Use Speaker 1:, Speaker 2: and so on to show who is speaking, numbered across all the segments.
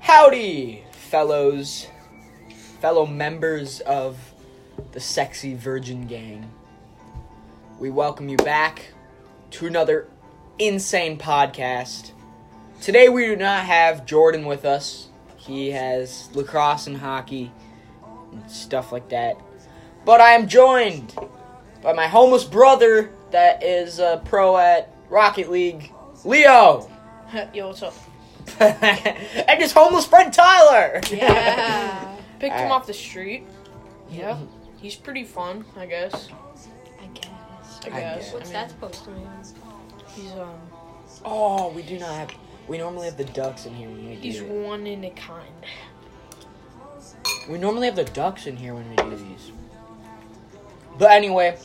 Speaker 1: Howdy, fellows, fellow members of the Sexy Virgin Gang. We welcome you back to another insane podcast. Today we do not have Jordan with us. He has lacrosse and hockey and stuff like that. But I am joined by my homeless brother that is a pro at Rocket League, Leo.
Speaker 2: Yo, what's up?
Speaker 1: and his homeless friend Tyler.
Speaker 2: Yeah. Picked him
Speaker 1: Alright.
Speaker 2: off the street. Yeah. He's pretty fun, I guess.
Speaker 3: I guess.
Speaker 2: I guess.
Speaker 1: guess.
Speaker 3: What's
Speaker 2: I
Speaker 3: that
Speaker 2: mean,
Speaker 3: supposed to mean?
Speaker 2: He's um
Speaker 1: oh, we do not have. We normally have the ducks in here when we do.
Speaker 2: he's
Speaker 1: it.
Speaker 2: one in a kind.
Speaker 1: We normally have the ducks in here when we do these. But anyway,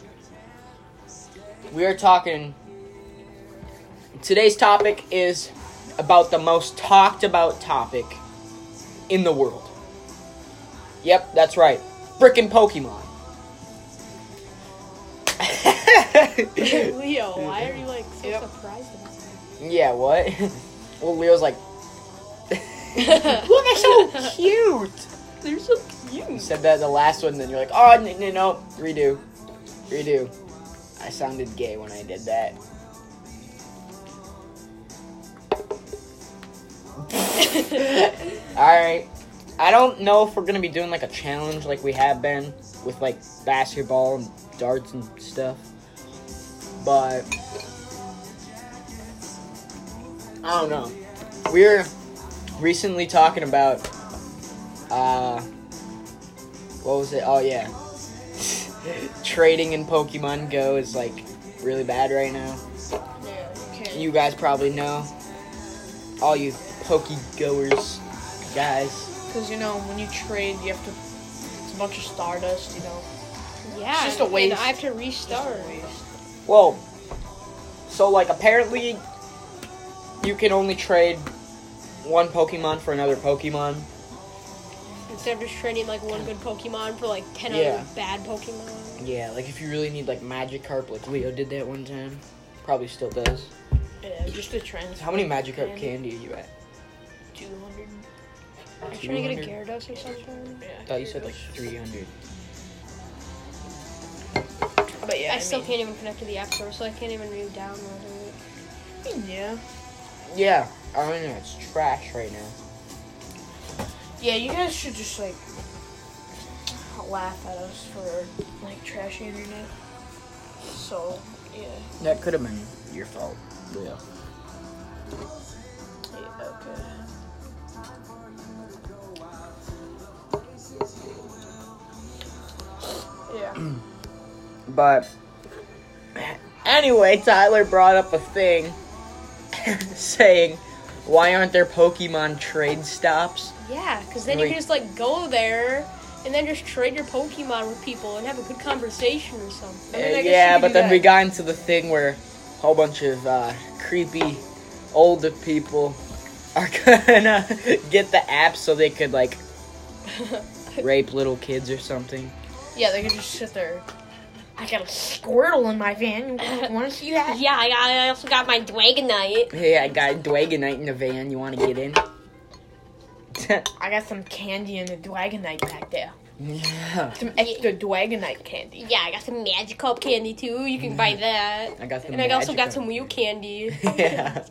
Speaker 1: we are talking. Today's topic is about the most talked about topic in the world. Yep, that's right. Frickin' Pokemon.
Speaker 3: Leo, why are you like so
Speaker 2: Yep.
Speaker 3: surprised about that?
Speaker 1: Yeah, what? well, Leo's like, look, they're so cute. They're so cute. You said that in the last one, then you're like, oh, no, no, no, redo, redo. I sounded gay when I did that. All right. I don't know if we're gonna be doing like a challenge like we have been with like basketball and darts and stuff, but I don't know. We were recently talking about uh what was it? Oh yeah. Trading in Pokemon Go is like really bad right now.
Speaker 2: Yeah, you can't.
Speaker 1: You guys probably know. All you Poke goers guys.
Speaker 2: Because you know when you trade, you have to. It's a bunch of stardust, you know.
Speaker 3: Yeah.
Speaker 2: It's just a
Speaker 3: and
Speaker 2: waste.
Speaker 3: I have to restart.
Speaker 1: Well, so like apparently you can only trade one Pokemon for another Pokemon.
Speaker 3: Instead of just trading like one good Pokemon for like ten
Speaker 1: Yeah.
Speaker 3: other bad Pokemon.
Speaker 1: Yeah, like if you really need like Magikarp, like Leo did that one time. Probably still does.
Speaker 2: Yeah, just a transfer.
Speaker 1: How many Magikarp candy are you at?
Speaker 2: Two hundred.
Speaker 3: I'm trying to get a
Speaker 1: 200.
Speaker 3: Gyarados or something.
Speaker 2: Yeah.
Speaker 1: I thought you said like 300.
Speaker 2: But yeah,
Speaker 3: I still
Speaker 2: mean,
Speaker 3: can't even connect to the App Store, so I can't even re-download it.
Speaker 2: Yeah.
Speaker 1: Yeah, our internet's trash right now.
Speaker 2: Yeah, you guys should just like laugh at us for like trashy internet. So yeah.
Speaker 1: That could have been your fault. Yeah.
Speaker 2: yeah okay. Yeah.
Speaker 1: But anyway, Tyler brought up a thing saying, "Why aren't there Pokemon trade stops?"
Speaker 3: Yeah, because then
Speaker 1: Wait.
Speaker 3: you can just like go there and then just trade your Pokemon with people and have a good conversation or something.
Speaker 2: I mean, I guess you
Speaker 1: Uh, yeah,
Speaker 2: could
Speaker 1: but
Speaker 2: do
Speaker 1: then
Speaker 2: that.
Speaker 1: we got into the thing where a whole bunch of uh, creepy older people are gonna get the app so they could like rape little kids or something.
Speaker 2: yeah, they could just sit there. I got a Squirtle in my van. Want to see that?
Speaker 3: Yeah, I, I also got my Dwagonite.
Speaker 1: Hey, I got Dwagonite in the van. You want to get in?
Speaker 2: I got some candy and a Dragonite back there.
Speaker 1: yeah.
Speaker 2: Some extra Dragonite candy.
Speaker 3: Yeah, I got some Magikarp candy too. You can buy that.
Speaker 1: I got the
Speaker 3: And I also got
Speaker 1: Magikarp.
Speaker 3: some Mew candy.
Speaker 1: yeah.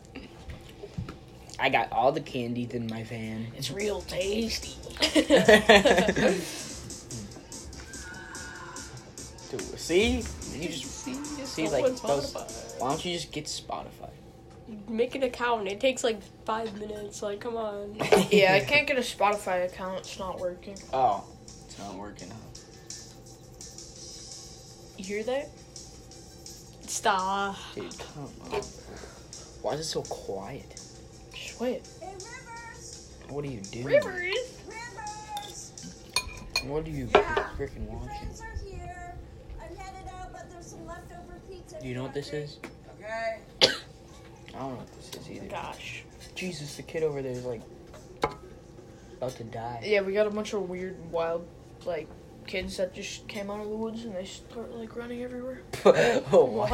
Speaker 1: I got all the candies in my van.
Speaker 2: It's real tasty.
Speaker 1: Dude, see? You just, See, like, those- why don't you just get Spotify?
Speaker 3: Make an account. It takes like five minutes. Like, come on.
Speaker 2: Yeah, I can't get a Spotify account. It's not working.
Speaker 1: Oh, it's not working. Out.
Speaker 2: You hear that?
Speaker 3: Stop.
Speaker 1: Dude, come on. Why is it so quiet?
Speaker 2: Just wait.
Speaker 1: What are you doing?
Speaker 2: Rivers.
Speaker 4: Rivers!
Speaker 1: What are you
Speaker 4: Yeah.
Speaker 1: freaking
Speaker 4: Your
Speaker 1: watching?
Speaker 4: friends are here. I'm headed out, but there's some leftover pizza.
Speaker 1: Do you know what this is?
Speaker 4: Okay.
Speaker 1: I don't know what this is either.
Speaker 2: Gosh.
Speaker 1: Jesus, the kid over there is like about to die.
Speaker 2: Yeah, we got a bunch of weird, wild, like kids that just came out of the woods and they start like running everywhere.
Speaker 1: oh,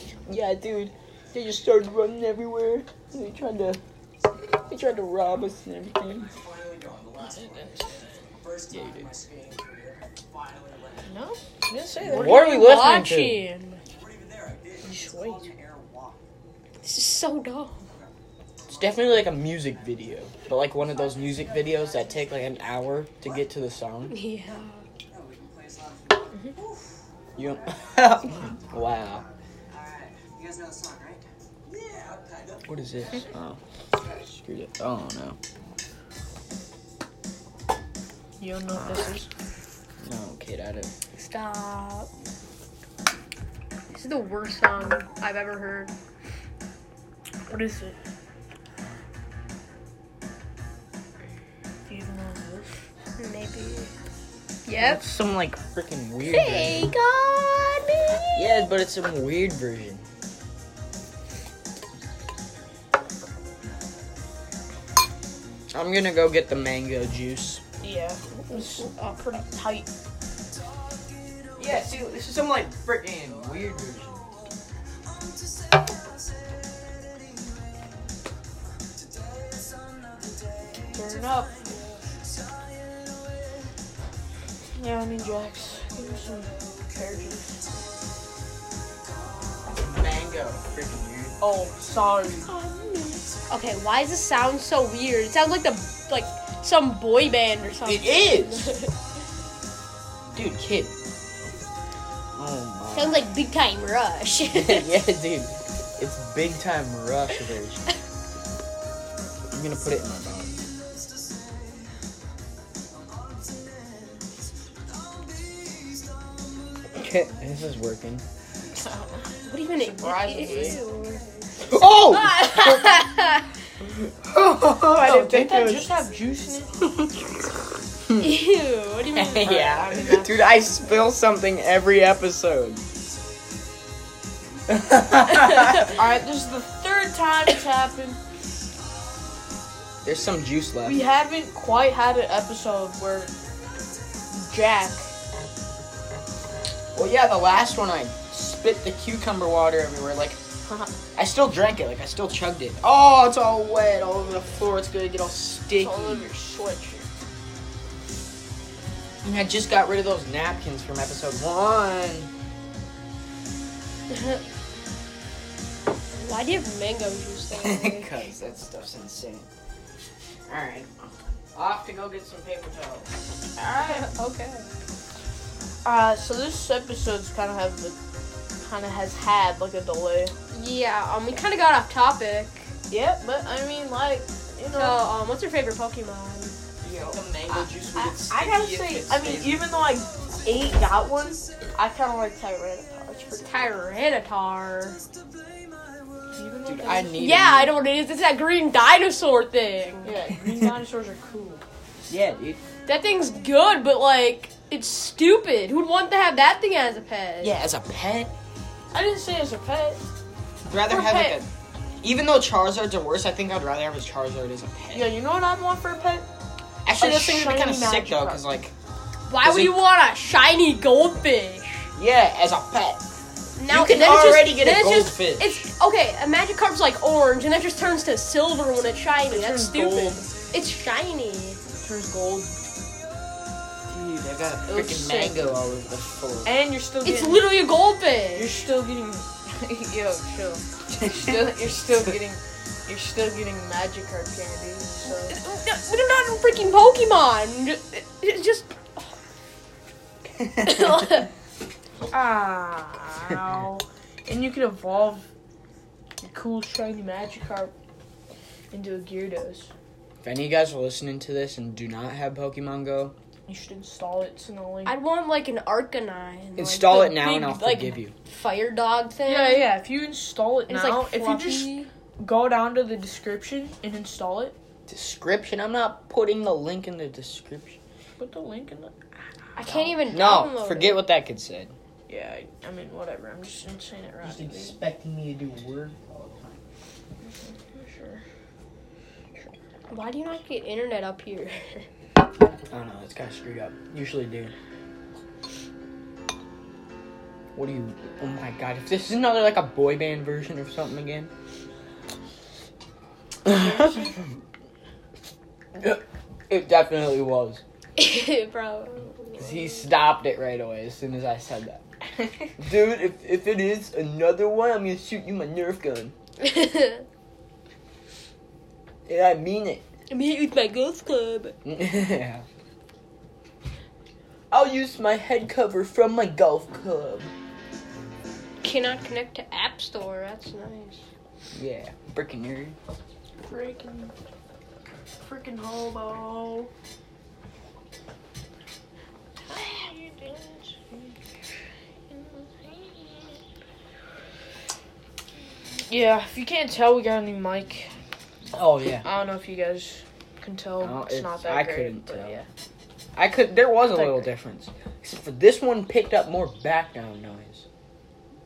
Speaker 1: Yeah, dude. They just started running everywhere. And they tried to they tried to rob us and everything. Yeah, you did.
Speaker 2: No, I didn't say that.
Speaker 1: What are we listening to?
Speaker 3: watching?
Speaker 2: Just wait.
Speaker 3: This is so dumb.
Speaker 1: It's definitely like a music video, but like one of those music videos that take like an hour to get to the song.
Speaker 3: Yeah.
Speaker 1: You wow. What is this? Oh, screwed it. Oh no,
Speaker 2: You don't know what this is.
Speaker 1: no, kid, I don't.
Speaker 3: Stop. This is the worst song I've ever heard.
Speaker 2: What is it? Do you even know this?
Speaker 3: Maybe. Yep.
Speaker 1: That's some like freaking weird. Version.
Speaker 3: Take on me.
Speaker 1: Yeah, but it's some weird version. I'm gonna go get the mango juice.
Speaker 2: Yeah, it's uh, pretty tight.
Speaker 1: Yeah, see, this is some like freaking weird version.
Speaker 2: Turn it up. Yeah, I mean, Jax. Give me some pear juice.
Speaker 1: Mango, freaking weird.
Speaker 2: Oh, sorry.
Speaker 3: Okay, why does this sound so weird? It sounds like the like some boy band or something.
Speaker 1: It is. Dude, kid. Oh my.
Speaker 3: sounds like Big Time Rush.
Speaker 1: yeah, dude. It's big time rush version. I'm gonna put it in my mouth. Okay, this is working.
Speaker 3: What even it?
Speaker 2: Surprisingly.
Speaker 3: Ew.
Speaker 1: Oh! Oh,
Speaker 2: I
Speaker 1: I
Speaker 2: Oh, didn't think that just have juice in it.
Speaker 3: Ew. What do you mean?
Speaker 1: yeah, dude, I spill something every episode.
Speaker 2: Alright, this is the third time it's happened.
Speaker 1: There's some juice left.
Speaker 2: We haven't quite had an episode where Jack.
Speaker 1: Well, yeah, the last one I spit the cucumber water everywhere. Like, I still drank it. Like, I still chugged it. Oh, it's all wet all over the floor. It's gonna get all sticky.
Speaker 2: It's all over your sweatshirt.
Speaker 1: And I just got rid of those napkins from episode one.
Speaker 3: Why do you have mango juice there?
Speaker 1: Because that stuff's insane. Alright. Off to go get some paper towels.
Speaker 2: Alright, okay. Uh, so this episode's kind of have the, kind of has had like a delay.
Speaker 3: yeah. Um, we kind of got off topic.
Speaker 2: Yeah, but I mean, like, you
Speaker 3: So,
Speaker 2: know,
Speaker 3: um, what's your favorite Pokemon?
Speaker 1: The mango juice would
Speaker 2: I,
Speaker 1: get
Speaker 2: I gotta
Speaker 1: sticky
Speaker 2: say,
Speaker 1: if it
Speaker 2: I mean,
Speaker 1: stays-
Speaker 2: even though I ate that one, I kind of like Tyranitar. It's pretty
Speaker 3: Tyranitar.
Speaker 2: even
Speaker 1: Dude, I need.
Speaker 3: Yeah, I
Speaker 1: a-
Speaker 3: know what it is. It's that green dinosaur thing.
Speaker 2: Yeah, green dinosaurs are cool.
Speaker 1: Yeah, dude.
Speaker 3: That thing's good, but like, it's stupid. Who'd want to have that thing as a pet?
Speaker 1: Yeah, as a pet,
Speaker 2: I didn't say as a pet.
Speaker 1: I'd rather
Speaker 2: For a
Speaker 1: have like
Speaker 2: pet.
Speaker 1: a. Even though Charizards are worse, I think I'd rather have a Charizard as a pet.
Speaker 2: Yeah, you know what I want for a pet?
Speaker 1: Actually,
Speaker 2: A
Speaker 1: this thing would be kind of
Speaker 2: shiny
Speaker 1: sick though,
Speaker 2: Magikarp.
Speaker 1: because like,
Speaker 3: Why
Speaker 1: Is
Speaker 3: would
Speaker 1: it-
Speaker 3: you want a shiny goldfish?
Speaker 1: yeah, as a pet,
Speaker 3: Now
Speaker 1: You can
Speaker 3: then it's
Speaker 1: already get a
Speaker 3: then it's just-
Speaker 1: goldfish.
Speaker 3: it's okay. A Magikarp's like orange, and that just turns to silver when it's shiny. That's
Speaker 2: turns
Speaker 3: stupid.
Speaker 2: gold.
Speaker 3: It's shiny.
Speaker 2: turns gold.
Speaker 1: dude, I got a
Speaker 2: It was
Speaker 1: freaking
Speaker 2: sick.
Speaker 1: mango all over the floor.
Speaker 2: And you're still
Speaker 3: It's
Speaker 2: getting.
Speaker 3: literally a
Speaker 2: you're
Speaker 3: goldfish.
Speaker 2: still getting. yo, chill. You're still, you're still getting. You're still getting Magikarp candy. So.
Speaker 3: No, They're not a freaking Pokemon. Ju- It's just Ah.
Speaker 2: Ow. and you could evolve your cool shiny Magikarp into a Gyarados.
Speaker 1: If any of you guys are listening to this and do not have Pokemon Go,
Speaker 2: You should install it. It's annoying.
Speaker 3: I'd want like an Arcanine. like,
Speaker 1: install
Speaker 3: the
Speaker 1: it now
Speaker 3: big,
Speaker 1: and I'll
Speaker 3: like,
Speaker 1: forgive you.
Speaker 3: Fire dog thing.
Speaker 2: yeah, yeah. If you install it
Speaker 3: It's
Speaker 2: now,
Speaker 3: like
Speaker 2: if you just
Speaker 3: fluffy.
Speaker 2: go down to the description and install it,
Speaker 1: Description. I'm not putting the link in the description.
Speaker 2: put the link in the.
Speaker 3: I can't even.
Speaker 1: No,
Speaker 3: download
Speaker 1: forget
Speaker 3: it.
Speaker 1: what that kid said.
Speaker 2: Yeah, I, I mean, whatever. I'm just I'm saying it right.
Speaker 1: expecting me to do work all the time.
Speaker 2: Sure.
Speaker 3: Why do you not get internet up here?
Speaker 1: I don't know. It's kind of screwed up. Usually do. What do you? Oh my god! If this is another like a boy band version or something again. It definitely was.
Speaker 3: Bro.
Speaker 1: 'Cause He stopped it right away as soon as I said that. Dude, if, if it is another one, I'm gonna shoot you my Nerf gun. And I mean it.
Speaker 3: I'm here with my golf club.
Speaker 1: yeah. I'll use my head cover from my golf club.
Speaker 3: Cannot connect to App Store. That's nice.
Speaker 1: Yeah, freaking nerd.
Speaker 2: freaking, freaking hobo. Yeah, if you can't tell, we got a new mic.
Speaker 1: Oh yeah,
Speaker 2: I don't know if you guys can tell.
Speaker 1: No,
Speaker 2: it's,
Speaker 1: Oh, it's-
Speaker 2: not that
Speaker 1: I
Speaker 2: great.
Speaker 1: couldn't
Speaker 2: but
Speaker 1: tell.
Speaker 2: Yeah.
Speaker 1: I could. There was a
Speaker 2: Like-
Speaker 1: little difference, except for this one picked up more background noise.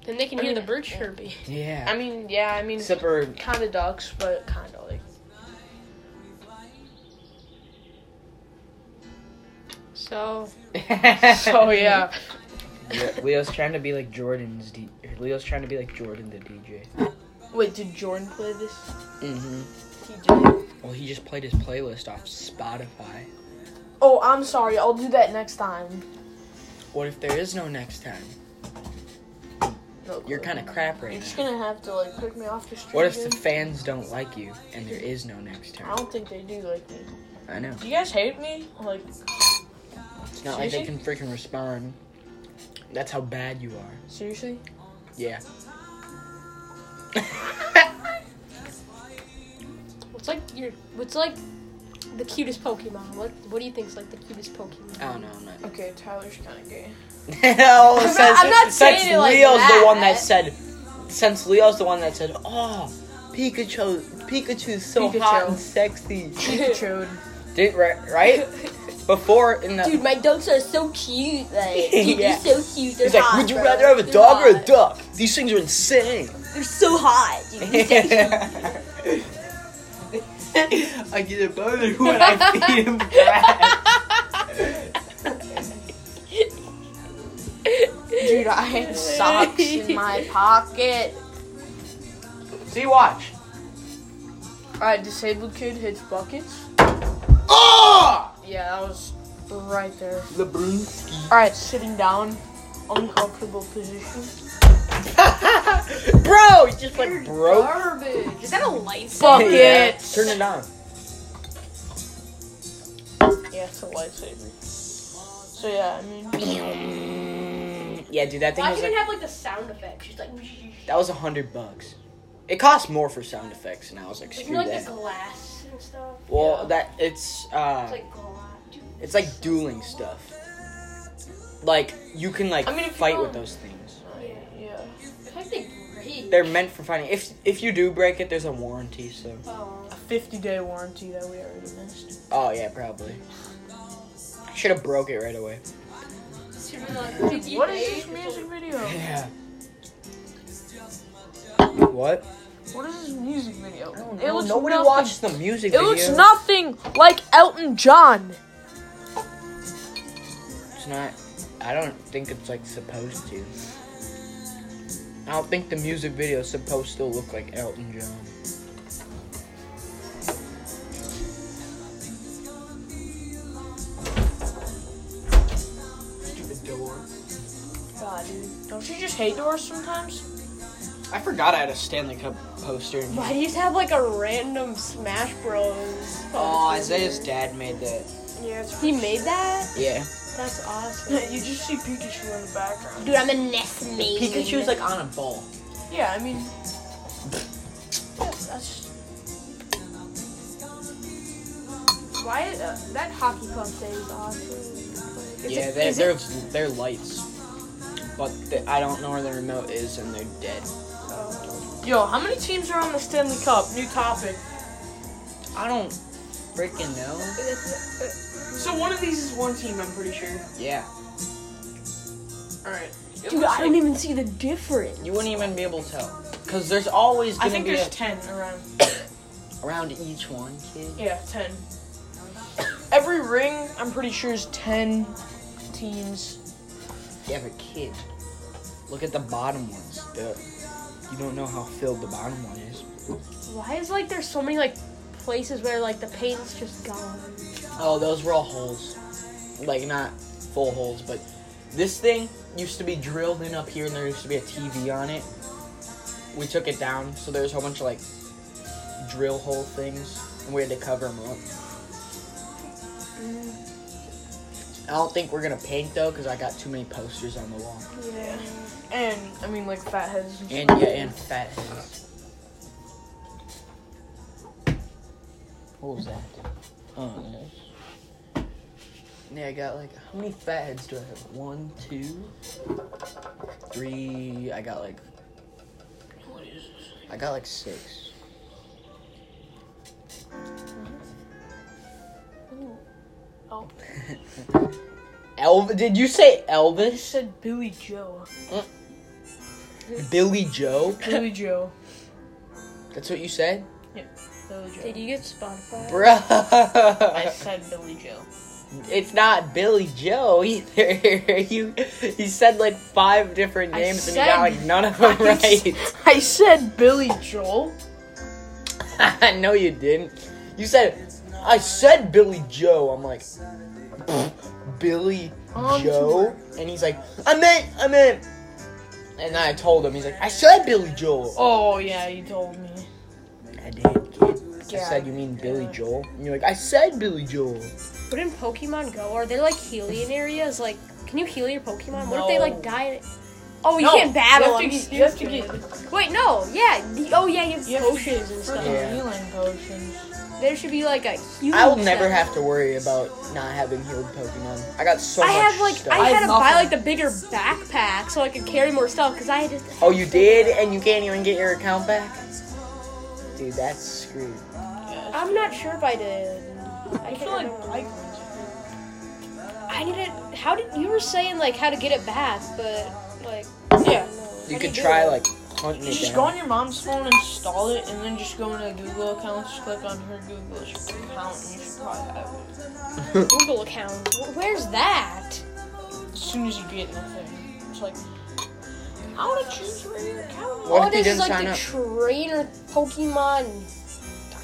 Speaker 3: Then they can
Speaker 2: I
Speaker 3: hear
Speaker 2: mean,
Speaker 3: the bird
Speaker 2: yeah.
Speaker 3: chirpy.
Speaker 1: Yeah.
Speaker 2: I mean, yeah, I mean,
Speaker 1: except for
Speaker 2: kind of ducks, but kind of like.
Speaker 3: So,
Speaker 2: So yeah,
Speaker 1: Le- Leo's trying to be like Jordan's. D- or Leo's trying to be like Jordan the DJ.
Speaker 2: wait, did Jordan play this?
Speaker 1: Mm-hmm.
Speaker 2: He did.
Speaker 1: Well, he just played his playlist off Spotify.
Speaker 2: Oh, I'm sorry. I'll do that next time.
Speaker 1: What if there is no next time?
Speaker 2: No
Speaker 1: You're
Speaker 2: clue.
Speaker 1: kind of crap right
Speaker 2: You're just
Speaker 1: now.
Speaker 2: gonna have to like pick me off the street.
Speaker 1: What if the
Speaker 2: dude.
Speaker 1: fans don't like you and there is no next
Speaker 2: I
Speaker 1: time?
Speaker 2: don't think they do like me.
Speaker 1: I know.
Speaker 2: Do you guys hate me? Like,
Speaker 1: It's not like they can
Speaker 2: Seriously?
Speaker 1: freaking respond. That's how bad you are.
Speaker 2: seriously?
Speaker 1: Yeah.
Speaker 3: what's like your what's like the cutest Pokemon? What what do you think's like the cutest Pokemon?
Speaker 1: I don't know. I'm not.
Speaker 2: Okay, Tyler's kind of gay.
Speaker 1: oh,
Speaker 2: I'm not-
Speaker 1: since,
Speaker 2: I'm not saying
Speaker 1: since
Speaker 2: it like
Speaker 1: Leo's the one that
Speaker 2: that.
Speaker 1: said, since Leo's the one that said, oh, Pikachu, Pikachu's so hot
Speaker 2: Pikachu.
Speaker 1: and sexy.
Speaker 2: Pikachu.
Speaker 1: Did right, right before in the.
Speaker 3: Dude, my dogs are so cute. Like,
Speaker 1: dude, they're
Speaker 3: dude,
Speaker 1: Yeah.
Speaker 3: they're so cute. They're
Speaker 1: He's like, would you rather have a dog or a duck? These things are insane.
Speaker 3: They're so hot,
Speaker 1: I get a boner when I feed him grass.
Speaker 2: Dude, I had socks in my pocket.
Speaker 1: See, watch.
Speaker 2: Alright, disabled kid hits buckets.
Speaker 1: Oh!
Speaker 2: Yeah, that was right there.
Speaker 1: Lebrunski.
Speaker 2: Alright, sitting down, uncomfortable position.
Speaker 1: Bro, he just like broke.
Speaker 3: Garbage. Is that a lightsaber?
Speaker 2: Bucket.
Speaker 1: Yeah, Turn it on.
Speaker 2: Yeah, it's a lightsaber. So yeah, I mean,
Speaker 1: Yeah, dude, that thing
Speaker 3: Why
Speaker 1: was
Speaker 3: did
Speaker 1: like,
Speaker 3: it have like the sound effect? She's like,
Speaker 1: that was a hundred bucks. It cost more for sound effects, and I was like,
Speaker 3: you
Speaker 1: screw
Speaker 3: know, like
Speaker 1: that.
Speaker 3: the glass and stuff.
Speaker 1: Well,
Speaker 2: Yeah.
Speaker 1: that it's
Speaker 3: It's
Speaker 1: uh,
Speaker 3: like glass. Dude,
Speaker 1: it's like dueling stuff. Like you can like
Speaker 2: I mean, if you
Speaker 1: fight with
Speaker 2: don't-
Speaker 1: those things.
Speaker 2: Oh, yeah.
Speaker 3: it's like they break.
Speaker 1: They're meant for fighting. If if you do break it, there's a warranty. So.
Speaker 3: Oh.
Speaker 2: A 50 day warranty that we already missed.
Speaker 1: Oh yeah, probably. Should have broke it right away.
Speaker 3: Should we, like, fifty
Speaker 2: What is
Speaker 3: days
Speaker 2: this
Speaker 3: or
Speaker 2: music
Speaker 3: something?
Speaker 2: video?
Speaker 1: Yeah. What?
Speaker 2: What is this music video?
Speaker 1: No, nobody
Speaker 2: nothing-
Speaker 1: watched the music
Speaker 2: It
Speaker 1: video.
Speaker 2: looks nothing like Elton John.
Speaker 1: It's not. I don't think it's like supposed to. I don't think the music video is supposed to look like Elton John. Stupid door.
Speaker 2: God, dude. Don't you just hate doors sometimes?
Speaker 1: I forgot I had a Stanley Cup poster. in here.
Speaker 3: Why do you have like a random Smash Bros?
Speaker 1: Oh, Isaiah's dad made that.
Speaker 2: Yeah, it's
Speaker 3: He made that?
Speaker 1: Yeah.
Speaker 3: That's awesome.
Speaker 2: You just see Pikachu in the background.
Speaker 3: Dude, I'm a nest maid.
Speaker 1: Pikachu's like on a ball.
Speaker 2: Yeah, I mean, yeah, that's. Why uh, that hockey puck thing is awesome?
Speaker 1: yeah,
Speaker 3: it-
Speaker 1: they're,
Speaker 3: is
Speaker 1: they're, they're lights. But the, I don't know where the remote is and they're dead.
Speaker 2: Yo, how many teams are on the Stanley Cup? New topic.
Speaker 1: I don't freaking know.
Speaker 2: So one of these is one team, I'm pretty sure.
Speaker 1: Yeah.
Speaker 2: All right. It
Speaker 3: Dude,
Speaker 2: looks
Speaker 3: I don't
Speaker 2: like-
Speaker 3: even see the difference.
Speaker 1: You wouldn't even be able to tell. Because there's always
Speaker 2: I
Speaker 1: going to
Speaker 2: think
Speaker 1: be
Speaker 2: there's
Speaker 1: a,
Speaker 2: ten around.
Speaker 1: around each one, kid.
Speaker 2: Yeah, ten. Every ring, I'm pretty sure, is ten teams.
Speaker 1: Yeah, but kid, look at the bottom ones. The, you don't know how filled the bottom one is.
Speaker 3: Why is like there's so many like places where like the paint's just gone.
Speaker 1: Oh, those were all holes. Like, not full holes, but this thing used to be drilled in up here, and there used to be a TV on it. We took it down, so there's a whole bunch of like drill hole things, and we had to cover them up. Mm. I don't think we're gonna paint though, because I got too many posters on the wall.
Speaker 3: Yeah.
Speaker 2: And I mean, like fatheads. And
Speaker 1: And yeah, and fat heads. What was that? Oh, yes. Yeah, I got like how many fat heads do I have? One, two, three. I got like. What is this? I got like six.
Speaker 3: Oh.
Speaker 1: Elvis? Did you say
Speaker 2: I
Speaker 1: Elvis?
Speaker 2: said Billy Joe.
Speaker 1: Billy Joe?
Speaker 2: Billy Joe.
Speaker 1: That's what you said,
Speaker 2: Billy Joe.
Speaker 3: Did you get Spotify?
Speaker 2: I
Speaker 1: bruh.
Speaker 2: said Billy Joe.
Speaker 1: It's not Billy Joe either. you he said like five different
Speaker 2: I
Speaker 1: names and
Speaker 2: said-
Speaker 1: you got like none of them right.
Speaker 2: I said Billy Joel.
Speaker 1: no, you didn't. You said I said Billy Joe. I'm like "Pfft, Billy
Speaker 2: Um,
Speaker 1: Joe, and he's like I meant I meant. And I told him he's like I said Billy Joe.
Speaker 2: Oh yeah, you told me.
Speaker 1: I did. Kid. I
Speaker 2: Yeah.
Speaker 1: said you mean Billy Joel, and you're like I said Billy Joel.
Speaker 3: But in Pokemon Go, are there like healing areas? Like, can you heal your Pokemon? What if they like
Speaker 2: No.
Speaker 3: die? Oh, you
Speaker 2: No,
Speaker 3: can't battle.
Speaker 2: You
Speaker 3: them.
Speaker 2: have to, get, you have to get
Speaker 3: Wait, no. Yeah. the- oh, yeah. You have
Speaker 2: you have to
Speaker 3: potions
Speaker 2: get
Speaker 3: and stuff.
Speaker 2: freaking
Speaker 1: Yeah.
Speaker 2: healing potions.
Speaker 3: There should be like a huge.
Speaker 1: I will never
Speaker 3: set.
Speaker 1: have to worry about not having healed Pokemon. I got so
Speaker 3: I
Speaker 1: much
Speaker 3: have like
Speaker 1: stuff.
Speaker 3: I
Speaker 2: I
Speaker 3: had to
Speaker 2: love
Speaker 3: buy
Speaker 2: them.
Speaker 3: like the bigger backpack so I could carry more stuff because I just.
Speaker 1: Oh, you did, and you can't even get your account back? Dude, that's screwed.
Speaker 3: I'm not sure if I did. I
Speaker 2: I
Speaker 3: can't
Speaker 2: feel like
Speaker 3: remember.
Speaker 2: I,
Speaker 3: I need it. How did you were saying like how to get it back, but like
Speaker 1: You
Speaker 2: yeah.
Speaker 3: How do
Speaker 1: could
Speaker 3: do
Speaker 1: try,
Speaker 3: it?
Speaker 1: like, hunting it
Speaker 2: Just go
Speaker 1: down.
Speaker 2: on your mom's phone, install it, and then just go into a Google account. Just click on her Google account, and you should probably have it
Speaker 3: Google account. Wh- Where's that?
Speaker 2: as soon as you get in the thing. It's like I want to choose where your account.
Speaker 1: What
Speaker 3: All
Speaker 1: if
Speaker 3: it
Speaker 1: you
Speaker 3: Oh, is is
Speaker 1: didn't
Speaker 3: like
Speaker 1: sign
Speaker 3: the
Speaker 1: up?
Speaker 3: trainer Pokemon. I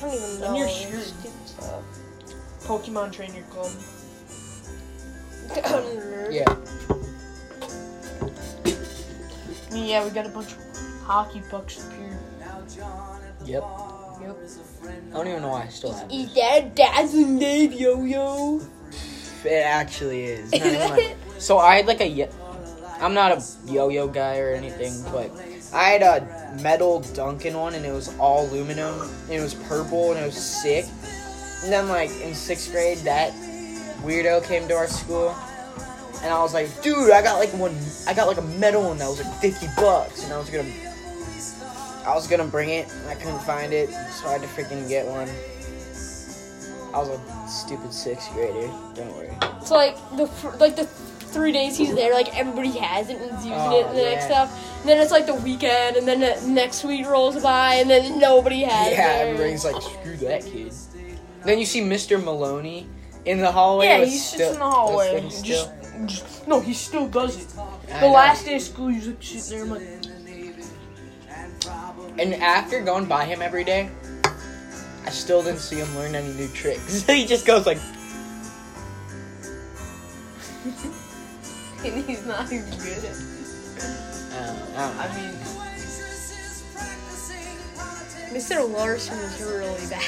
Speaker 3: don't even know.
Speaker 2: Then you're
Speaker 3: It's
Speaker 2: screwed.
Speaker 3: stupid stuff.
Speaker 2: is. Pokemon Trainer Club.
Speaker 1: Yeah.
Speaker 2: I mean, yeah, we got a bunch of hockey pucks up here.
Speaker 1: Yep. I don't even know why I still have it.
Speaker 3: Is that dad's name, yo yo?
Speaker 1: It actually is. Not even like- so I had, like, a... Ye- I'm not a yo-yo guy or anything, but I had a metal Duncan one, and it was all aluminum, and it was purple, and it was sick. And then, like, in sixth grade, that weirdo came to our school, and I was like, dude, I got like one, I got like a metal one that was like fifty bucks, and I was gonna, I was gonna bring it, and I couldn't find it, so I had to freaking get one. I was a stupid sixth grader. Don't worry.
Speaker 3: It's like the fir- like the three days he's there, like everybody has it and is using
Speaker 1: Oh,
Speaker 3: it. And the next
Speaker 1: yeah.
Speaker 3: stuff, and then it's like the weekend, and then the next week rolls by, and then nobody has
Speaker 1: Yeah,
Speaker 3: it.
Speaker 1: everybody's like, screw that kid. Then you see Mr. Maloney in the hallway.
Speaker 2: Yeah,
Speaker 1: with
Speaker 2: he sits
Speaker 1: still-
Speaker 2: in the hallway.
Speaker 1: with things
Speaker 2: Just,
Speaker 1: still.
Speaker 2: just no, he still does it.
Speaker 1: I
Speaker 2: The
Speaker 1: know.
Speaker 2: last day of school, he's like sitting there, I'm like,
Speaker 1: And after going by him every day, I still didn't see him learn any new tricks. he just goes like, "Oh,
Speaker 2: and he's not even good at. It.
Speaker 1: oh, oh.
Speaker 2: I mean,
Speaker 3: Mr. Larson is really bad.